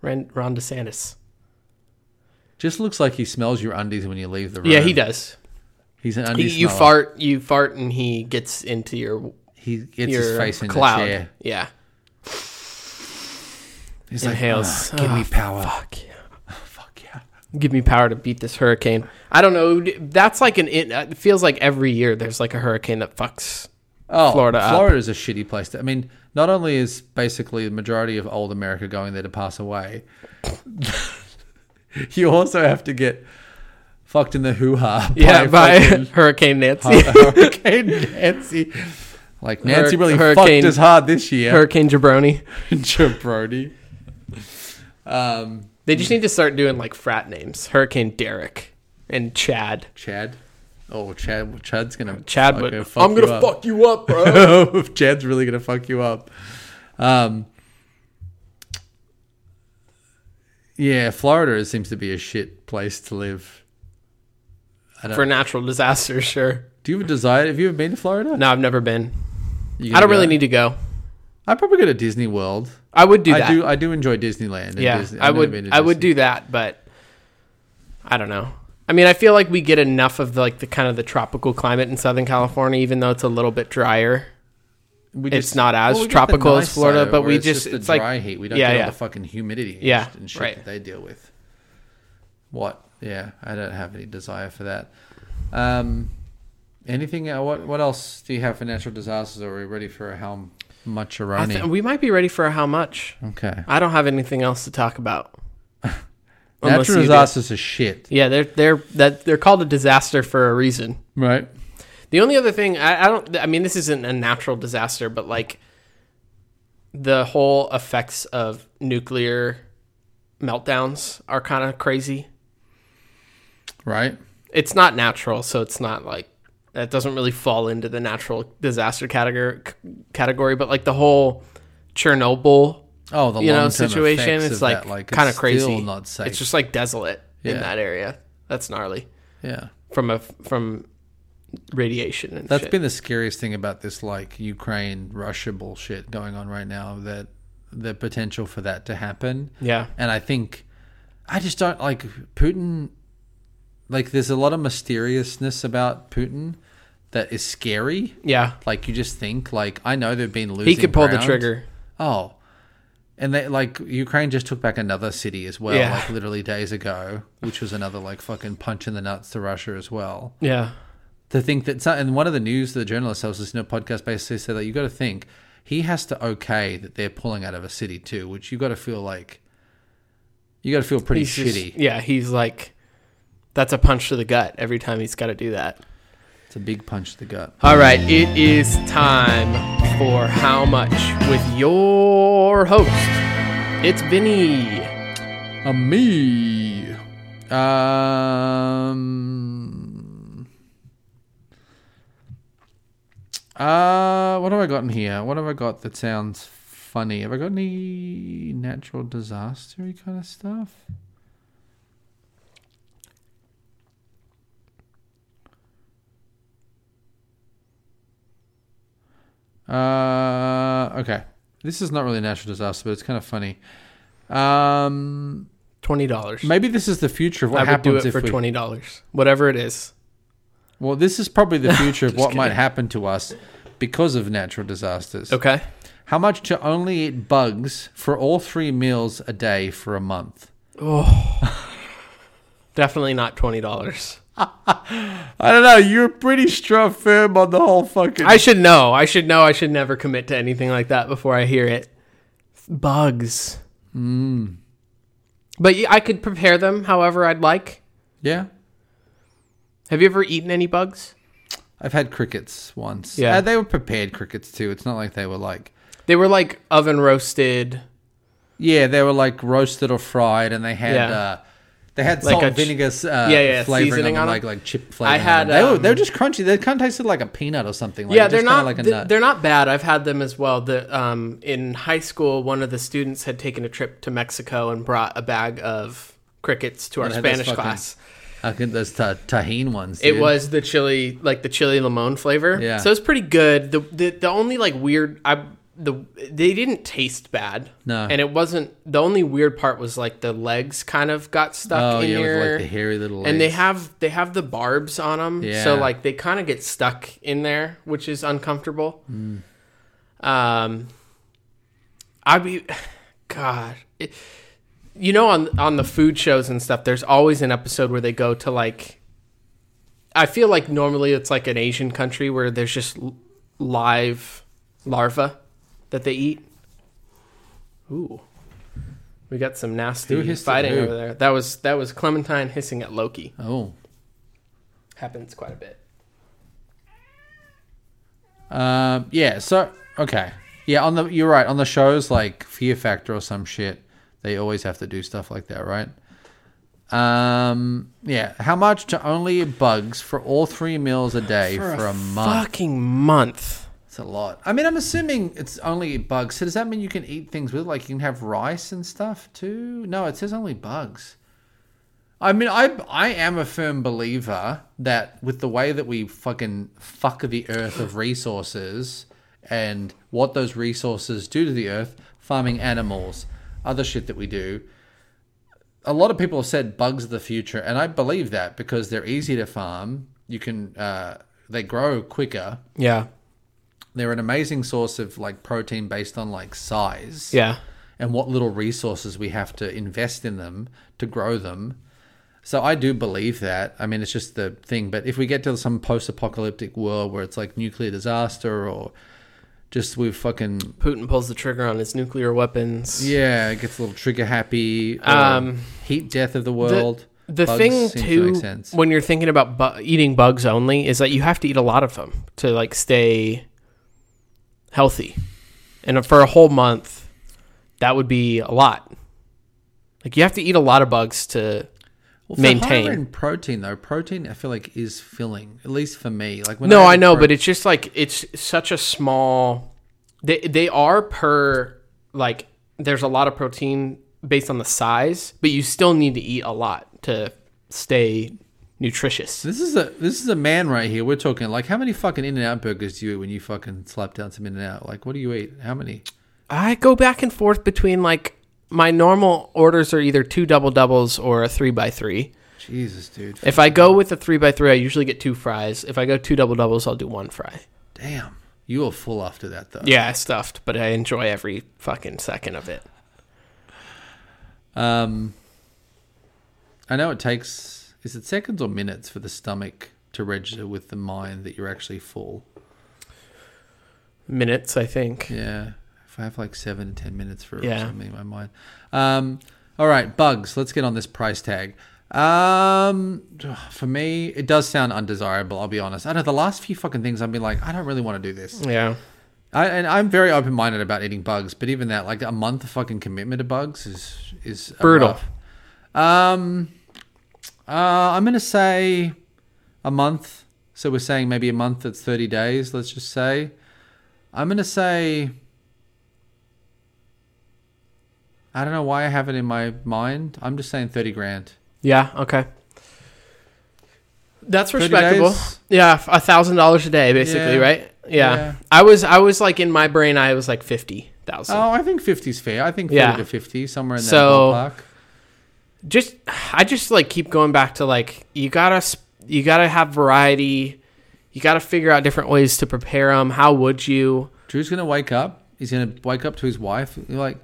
C: Ron, Ron DeSantis.
B: Just looks like he smells your undies when you leave the room.
C: Yeah, he does.
B: He's an
C: You,
B: undie
C: you
B: smeller.
C: fart, you fart, and he gets into your
B: He gets
C: your
B: his face in
C: cloud.
B: the chair.
C: Yeah,
B: He's
C: Inhales.
B: "Ah, give me
C: Ah,
B: power.
C: fuck. yeah.
B: Fuck yeah.
C: Give me power to beat this hurricane. I don't know. That's like an. It it feels like every year there's like a hurricane that fucks.
B: Oh,
C: Florida up.
B: Florida is a shitty place. To, I mean, not only is basically the majority of old America going there to pass away, you also have to get fucked in the hoo ha.
C: Yeah, by, Hurricane Nancy,
B: Hurricane Nancy. Like Nancy really
C: Hurricane-
B: fucked us hard this year.
C: Hurricane Jabroni.
B: Joe Brody. Um,
C: They just need to start doing like frat names. Hurricane Derek and Chad.
B: Chad. Oh, Chad. Chad's gonna.
C: Chad,
B: fucking
C: but I'm
B: fuck
C: gonna
B: you up.
C: fuck you up, bro.
B: Chad's really gonna fuck you up. Um, yeah, Florida seems to be a shit place to live.
C: for natural disasters, sure.
B: Do you have a desire? Have you ever been to Florida?
C: No, I've never been.
B: You
C: I
B: gonna
C: don't
B: go?
C: really need to go.
B: I'd probably go to Disney World.
C: I would do that.
B: I do. I do enjoy Disneyland. and
C: yeah,
B: Disney-
C: I
B: I've never been
C: would.
B: to
C: I would
B: Disney.
C: do that, but I don't know. I mean, I feel like we get enough of the, like the kind of the tropical climate in Southern California, even though it's a little bit drier.
B: We
C: it's not as
B: we get the
C: tropical as
B: nice
C: Florida,
B: side of it
C: but
B: where
C: we
B: it's
C: just-
B: the
C: it's like-
B: dry heat. We don't
C: yeah,
B: get all
C: yeah.
B: the fucking humidity and,
C: Yeah,
B: sh- and shit
C: right.
B: that they deal with. What? Yeah, I don't have any desire for that. Um, anything? Uh, what? What else do you have for natural disasters? Are we ready for a how much
C: I th- we might be ready for a how much.
B: Okay.
C: I don't have anything else to talk about. Unless
B: Natural
C: you do.
B: disasters are shit,
C: Yeah, they're they're that they're called a disaster for a reason.
B: right?
C: The only other thing I, I don't I mean this isn't a natural disaster, but like the whole effects of nuclear meltdowns are kind of crazy.
B: Right.
C: It's not natural, so it's not like that doesn't really fall into the natural disaster category category, but like the whole Chernobyl
B: Oh, the
C: you know
B: long-term
C: situation,
B: effects
C: it's
B: of
C: like,
B: that, like it's
C: kind of crazy.
B: Still not safe.
C: It's just like desolate
B: Yeah.
C: in that area. That's gnarly
B: yeah.
C: from a from radiation and
B: That's
C: shit.
B: been the scariest thing about this like Ukraine Russia bullshit going on right now that the potential for that to happen.
C: Yeah.
B: And I think I just don't like Putin like there's a lot of mysteriousness about Putin that is scary.
C: yeah.
B: Like you just think like I know they've been losing
C: He could pull the
B: ground.
C: trigger.
B: Oh. And they like Ukraine just took back another city as well,
C: Yeah.
B: like literally days ago, which was another like fucking punch in the nuts to Russia as well
C: Yeah.
B: to think that some, and one of the news the journalist I was listening to a podcast basically said that you got to think he has to okay that they're pulling out of a city too, which you got to feel like you got to feel pretty
C: He's just-
B: shitty.
C: yeah, he's like that's a punch to the gut every time he's got to do that.
B: It's a big punch to the gut.
C: All right, it is time for how much with your host. It's Vinny.
B: A Uh, me. Um. Uh, what have I got in here? What have I got that sounds funny? Have I got any natural disaster kind of stuff? Uh, okay. This is not really a natural disaster, but it's kind of funny. Um,
C: Twenty dollars.
B: Maybe this is the future of what
C: I would do
B: happens
C: it
B: if
C: for
B: we.
C: twenty dollars, whatever it is.
B: Well, this is probably the future of
C: Just
B: what might
C: kidding.
B: happen to us because of natural disasters.
C: Okay.
B: How much to only eat bugs for all three meals a day for a month?
C: Definitely not twenty dollars.
B: I don't know. You're pretty strong firm on the whole fucking.
C: I should know. I should know. I should never commit to anything like that before I hear it. Bugs. Mm. But yeah, I could prepare them however I'd like.
B: yeah.
C: Have you ever eaten any bugs?
B: I've had crickets once.
C: Yeah.
B: Uh, they were prepared crickets too. It's not like they were like.
C: They were like oven roasted.
B: Yeah, they were like roasted or fried, and they had.
C: Yeah.
B: Uh, they had
C: Like
B: salt
C: a
B: and vinegar uh,
C: yeah, yeah,
B: flavoring
C: seasoning
B: on
C: on
B: them,
C: 'em.
B: like like chip flavor.
C: had,
B: they were they were
C: um,
B: just crunchy. They kind of tasted like a peanut or something. Like
C: yeah,
B: just
C: they're
B: kinda
C: not.
B: like a
C: th-
B: nut.
C: they're not bad. I've had them as well. The um in high school, one of the students had taken a trip to Mexico and brought a bag of crickets to our
B: Yeah, that's
C: Spanish
B: fucking-
C: class.
B: I think those ta- tahine ones.
C: It
B: dude.
C: was the chili, like the chili limon flavor.
B: Yeah.
C: So it's pretty good. The, the the only like weird, I the they didn't taste bad.
B: No.
C: And it wasn't the only weird part was like the legs kind of got stuck
B: Oh
C: in
B: yeah, it was
C: your.
B: like the hairy little.
C: and they
B: legs.
C: have they have the barbs on them, so
B: Yeah.
C: like they kind of get stuck in there, which is uncomfortable.
B: Mm.
C: Um, I be, God, It- you know on on the food shows and stuff, there's always an episode where they go to like. I feel like normally it's like an Asian country where there's just l- live larvae that they eat. Ooh. We got some
B: Who
C: nasty
B: hissed at
C: fighting
B: who?
C: over there. That was that was Clementine hissing at Loki.
B: Oh.
C: Happens quite a bit.
B: Um. Yeah. So okay. Yeah. On the you're right. On the shows like Fear Factor or some shit, they always have to do stuff like that, right? Um. Yeah. How much to only eat bugs for all three meals a day for, a, month?
C: Fucking month.
B: It's a lot. I mean, I'm assuming it's only eat bugs. So does that mean you can eat things with, like, you can have rice and stuff too? No, it says only bugs. I mean, I I am a firm believer that with the way that we fucking fuck the earth of resources and what those resources do to the earth, farming animals, other shit that we do, a lot of people have said bugs are the future, and I believe that because they're easy to farm. You can uh, they grow quicker
C: Yeah.
B: they're an amazing source of like protein based on like size
C: Yeah.
B: and what little resources we have to invest in them to grow them so i do believe that i mean it's just the thing but if we get to some post-apocalyptic world where it's like nuclear disaster or just we've fucking
C: Putin pulls the trigger on his nuclear weapons.
B: yeah it gets a little trigger happy or
C: Um,
B: heat death of the world
C: The
B: Bugs
C: thing
B: seems
C: too,
B: make sense.
C: when you're thinking about bu- eating bugs only, is that you have to eat a lot of them to like stay healthy, and for a whole month, that would be a lot. Like you have to eat a lot of bugs to
B: well, for
C: maintain.
B: higher in protein though protein i feel like is filling at least for me like when
C: no,
B: eat
C: I know,
B: pro-
C: but it's just like it's such a small. They they are per like there's a lot of protein based on the size, but you still need to eat a lot to stay nutritious.
B: This is a this is a man right here. We're talking like how many fucking In and Out burgers do you eat when you fucking slap down some In and Out? Like what do you eat? How many?
C: I go back and forth between like my normal orders are either two double doubles or a three by three.
B: Jesus, dude.
C: If I go with the three by three, I usually get two fries. If I go two double doubles, I'll do one fry.
B: Damn. You were full after that though.
C: Yeah, I stuffed, but I enjoy every fucking second of it.
B: Um I know it takes is it seconds or minutes for the stomach to register with the mind that you're actually full.
C: Minutes, I think.
B: Yeah. If I have like seven to ten minutes for
C: Yeah.
B: something in my mind. Um, all right, bugs. Let's get on this price tag. Um, for me, it does sound undesirable. I'll be honest. I know the last few fucking things I've been like, I don't really want to do this.
C: Yeah.
B: I, and I'm very open minded about eating bugs, but even that, like a month of fucking commitment to bugs is is a
C: Brutal.
B: rough- Um, uh, I'm gonna say a month. So we're saying maybe a month. That's 30 days. Let's just say. I'm gonna say. I don't know why I have it in my mind. I'm just saying 30 grand.
C: Yeah. Okay. That's
B: 30
C: respectable.
B: days?
C: Yeah, a thousand dollars a day, basically,
B: Yeah.
C: right? Yeah.
B: Yeah.
C: I was, I was like in my brain, I was like fifty thousand.
B: Oh, I think 50's fair. I think 30
C: Yeah.
B: to 50, somewhere in that
C: So-
B: ballpark.
C: Just, I just like keep going back to like you gotta, s- you gotta have variety. You gotta figure out different ways to prepare them. How would you?
B: Drew's gonna wake up. He's gonna wake up to his wife. You're like,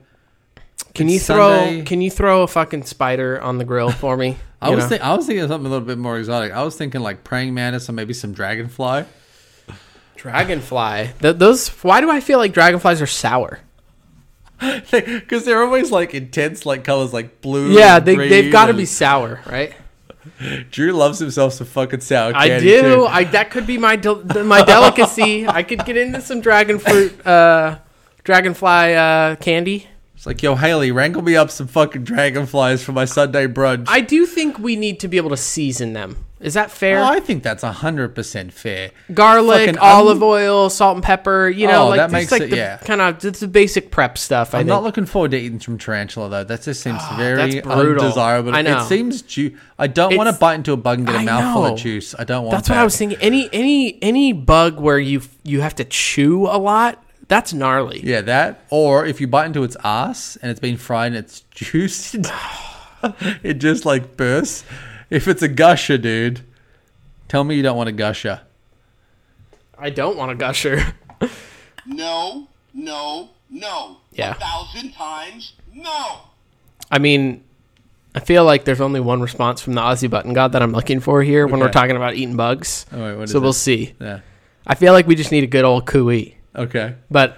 C: Can
B: It's
C: you throw?
B: Sunday.
C: Can you throw a fucking spider on the grill for me?
B: I
C: You
B: was
C: know?
B: think, I was thinking something a little bit more exotic. I was thinking like praying mantis or maybe some dragonfly.
C: dragonfly. Th- those. Why do I feel like dragonflies are sour?
B: Because they're always like intense, like colors like blue.
C: Yeah,
B: and
C: they,
B: green
C: they've got
B: Mm,
C: to
B: and-
C: be sour, right?
B: Drew loves himself some fucking sour candy.
C: I do.
B: too.
C: I that could be my del- my delicacy. I could get into some dragon fruit, uh, dragonfly uh, candy.
B: It's like, yo, Haley, wrangle me up some fucking dragonflies for my Sunday brunch.
C: I do think we need to be able to season them. Is that fair?
B: Oh, I think that's hundred percent fair.
C: Garlic,
B: fucking-
C: olive oil, salt and pepper. You know,
B: Oh,
C: like
B: that
C: just
B: makes
C: like
B: it-
C: the
B: yeah.
C: kind of just the basic prep stuff. I
B: I'm
C: think.
B: not looking forward to eating from tarantula though. That just seems very
C: Ah, that's brutal.
B: undesirable.
C: I know.
B: It seems ju- I don't want to
C: It's-
B: bite into a bug and get a
C: I
B: mouthful
C: know.
B: of juice. I don't want.
C: that's what
B: that.
C: I was thinking. Any any any bug where you you have to chew a lot. That's gnarly.
B: Yeah, that. Or if you bite into its ass and it's been fried and it's juiced, it just like bursts. If it's a gusher, dude, tell me you don't want a gusher.
C: I don't want a gusher.
E: No, no, no.
C: Yeah.
E: A thousand times no.
C: I mean, I feel like there's only one response from the Aussie button god that I'm looking for here when we're
B: Okay.
C: talking about eating bugs.
B: All right, what is
C: so we'll
B: it?
C: see.
B: Yeah.
C: I feel like we just need a good old cooey,
B: Okay.
C: but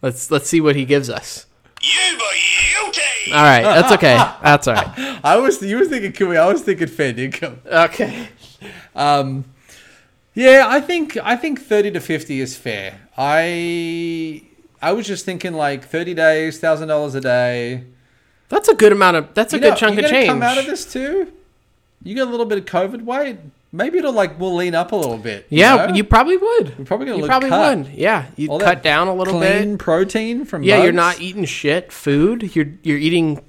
C: let's let's see what he gives us.
E: You beauty!
C: All right, that's okay. That's all right.
B: I was you were thinking Kiwi. I was thinking fair dinkum.
C: Okay.
B: Um, yeah, I think I think thirty to fifty is fair. I I was just thinking like thirty days, thousand dollars a day.
C: That's a good amount of that's a
B: You
C: good
B: know,
C: chunk
B: you
C: of
B: gonna
C: change.
B: Come out of this too. You get a little bit of COVID weight. Maybe it'll like we'll lean up a little bit. you
C: yeah,
B: know?
C: you probably would. You're
B: probably gonna
C: you
B: look
C: probably
B: cut.
C: would. Yeah, you
B: All
C: cut
B: that
C: down a little
B: clean
C: bit.
B: protein from
C: Yeah, you're
B: bugs.
C: not eating shit food. You're you're eating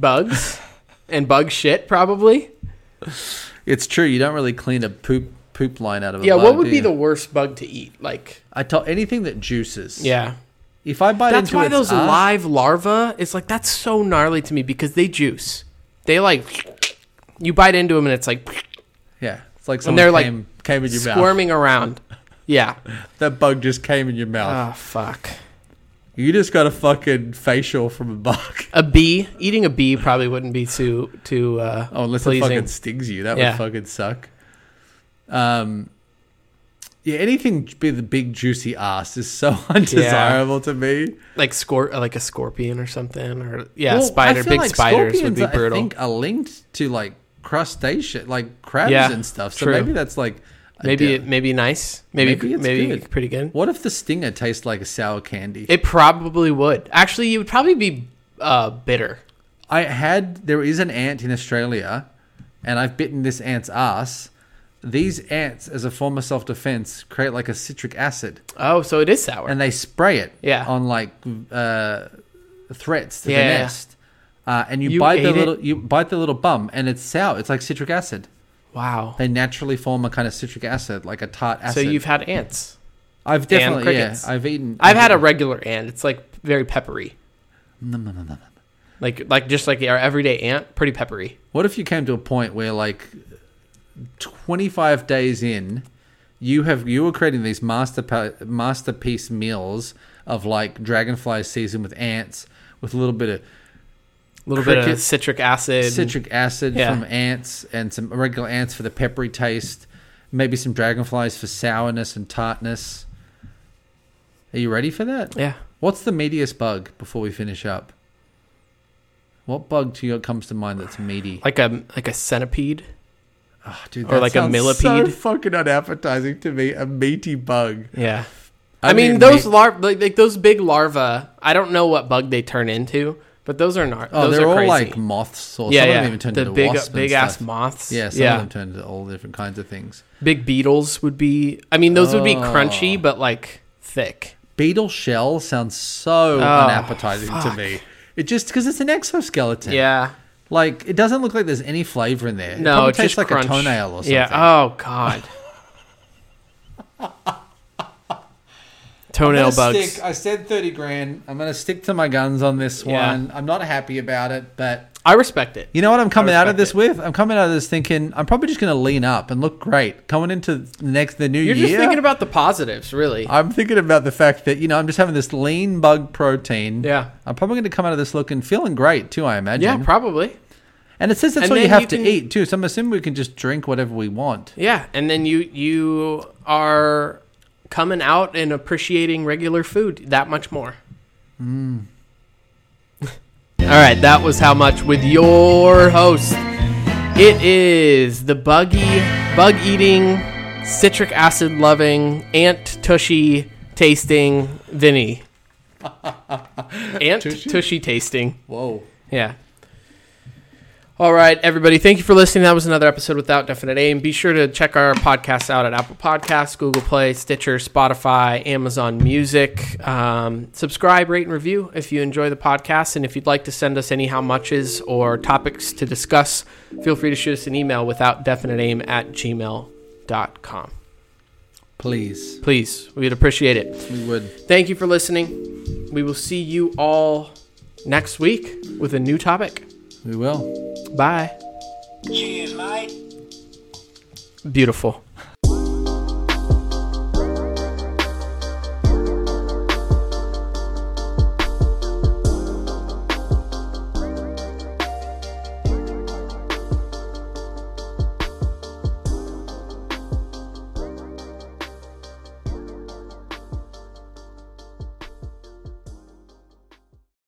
C: bugs and bug shit probably.
B: It's true. You don't really clean a poop poop line out of a
C: Yeah,
B: bug,
C: what would
B: do
C: be
B: you?
C: the worst bug to eat? Like,
B: I tell anything that juices.
C: yeah,
B: If I bite
C: that's
B: into ah,
C: why
B: its
C: those
B: ass-
C: live larvae. It's like that's so gnarly to me because they juice. They like you bite into them and it's like
B: Yeah, it's like
C: and
B: someone
C: they're
B: came,
C: like
B: came in your
C: squirming around. Yeah.
B: mouth. That bug just came in your mouth.
C: Oh fuck.
B: you just got a fucking facial from a bug.
C: A bee eating a bee probably wouldn't be too too. Uh,
B: Oh, unless
C: pleasing.
B: it fucking stings you, that
C: Yeah.
B: would fucking suck. Um, yeah, anything be the big juicy ass is so undesirable to me.
C: like scor like a scorpion or something or yeah
B: Well, I
C: spider
B: feel
C: big
B: like
C: spiders would
B: scorpions,
C: be
B: I
C: brutal.
B: think are linked to like crustacean, like crabs
C: Yeah,
B: and stuff. So
C: true.
B: maybe that's like a
C: maybe
B: deal.
C: maybe nice. Maybe maybe,
B: it's good.
C: pretty good.
B: What if the stinger tastes like a sour candy?
C: It probably would. Actually, you would probably be uh, bitter.
B: I had there is an ant in Australia, and I've bitten this ant's ass. These ants, as a form of self defense, create like a citric acid.
C: Oh, so it is sour.
B: and they spray it
C: Yeah.
B: on like uh, threats to
C: Yeah,
B: the
C: yeah,
B: nest. uh, and you,
C: You
B: bite the
C: ate it?
B: little you bite the little bum, and it's sour. It's like citric acid.
C: Wow.
B: They naturally form a kind of citric acid, like a tart acid.
C: So you've had ants.
B: I've definitely yeah,
C: crickets.
B: I've eaten.
C: I've had a regular ant. It's like very peppery.
B: Nom, nom, nom, nom.
C: Like like just like our everyday ant, pretty peppery.
B: What if you came to a point where like 25 days in you have you were creating these master masterpiece meals of like dragonfly season with ants with a little bit of
C: A little bit
B: Cricket-
C: of citric acid.
B: citric acid
C: Yeah.
B: from ants and some regular ants for the peppery taste maybe some dragonflies for sourness and tartness are you ready for that
C: Yeah.
B: what's the meatiest bug before we finish up what bug to you comes to mind that's meaty
C: Like a like a centipede.
B: Dude,
C: Or like a
B: sounds So
C: millipede?
B: fucking unappetizing to me. A meaty bug.
C: Yeah.
B: I
C: I, mean,
B: mean,
C: those
B: ma-
C: larv like, like those big larvae. I don't know what bug they turn into, but those are not.
B: Oh,
C: those
B: they're
C: are
B: all
C: crazy.
B: like moths or
C: yeah,
B: some
C: yeah.
B: of them even turn
C: the
B: into
C: big
B: wasps and
C: big ass
B: stuff.
C: moths.
B: Yeah, some
C: yeah.
B: of them turn into all different kinds of things.
C: Big beetles would be. I mean, those would
B: Oh.
C: be crunchy, but like thick.
B: Beetle shell sounds so
C: Oh,
B: unappetizing to me. It just because it's an exoskeleton.
C: Yeah.
B: Like it doesn't look like there's any flavor in there. it
C: No,
B: probably
C: it's
B: tastes
C: just
B: like
C: crunch.
B: a toenail or something.
C: Yeah. Oh God. Toenail bugs.
B: I said thirty grand. I'm gonna stick to my guns on this
C: Yeah.
B: one. I'm not happy about it, but
C: I respect it.
B: You know what I'm coming out of this
C: respect
B: with? I'm coming out of this thinking I'm probably just going to lean up and look great coming into the next the new
C: You're
B: year.
C: just thinking about the positives, really.
B: I'm thinking about the fact that you know I'm just having this lean bug protein.
C: Yeah.
B: I'm probably going to come out of this looking feeling great too. I imagine.
C: yeah, probably.
B: and it says that's
C: And
B: all you
C: then
B: have
C: you
B: to
C: can-
B: eat too. So I'm assuming we can just drink whatever we want.
C: Yeah, and then you you are coming out and appreciating regular food that much more. All right, that was how much with your host. It is the buggy, bug eating, citric acid loving, ant tushy tasting Vinny. Ant tushy tasting.
B: Whoa.
C: Yeah. All right, everybody. Thank you for listening. That was another episode without definite aim. Be sure to check our podcast out at Apple Podcasts, Google Play, Stitcher, Spotify, Amazon Music. Um, subscribe, rate, and review if you enjoy the podcast. And if you'd like to send us any how muches or topics to discuss, feel free to shoot us an email without definite aim at gmail.com.
B: Please,
C: Please, we'd appreciate it.
B: we would.
C: Thank you for listening. We will see you all next week with a new topic.
B: We will.
C: Bye.
E: Cheers, mate.
C: Beautiful.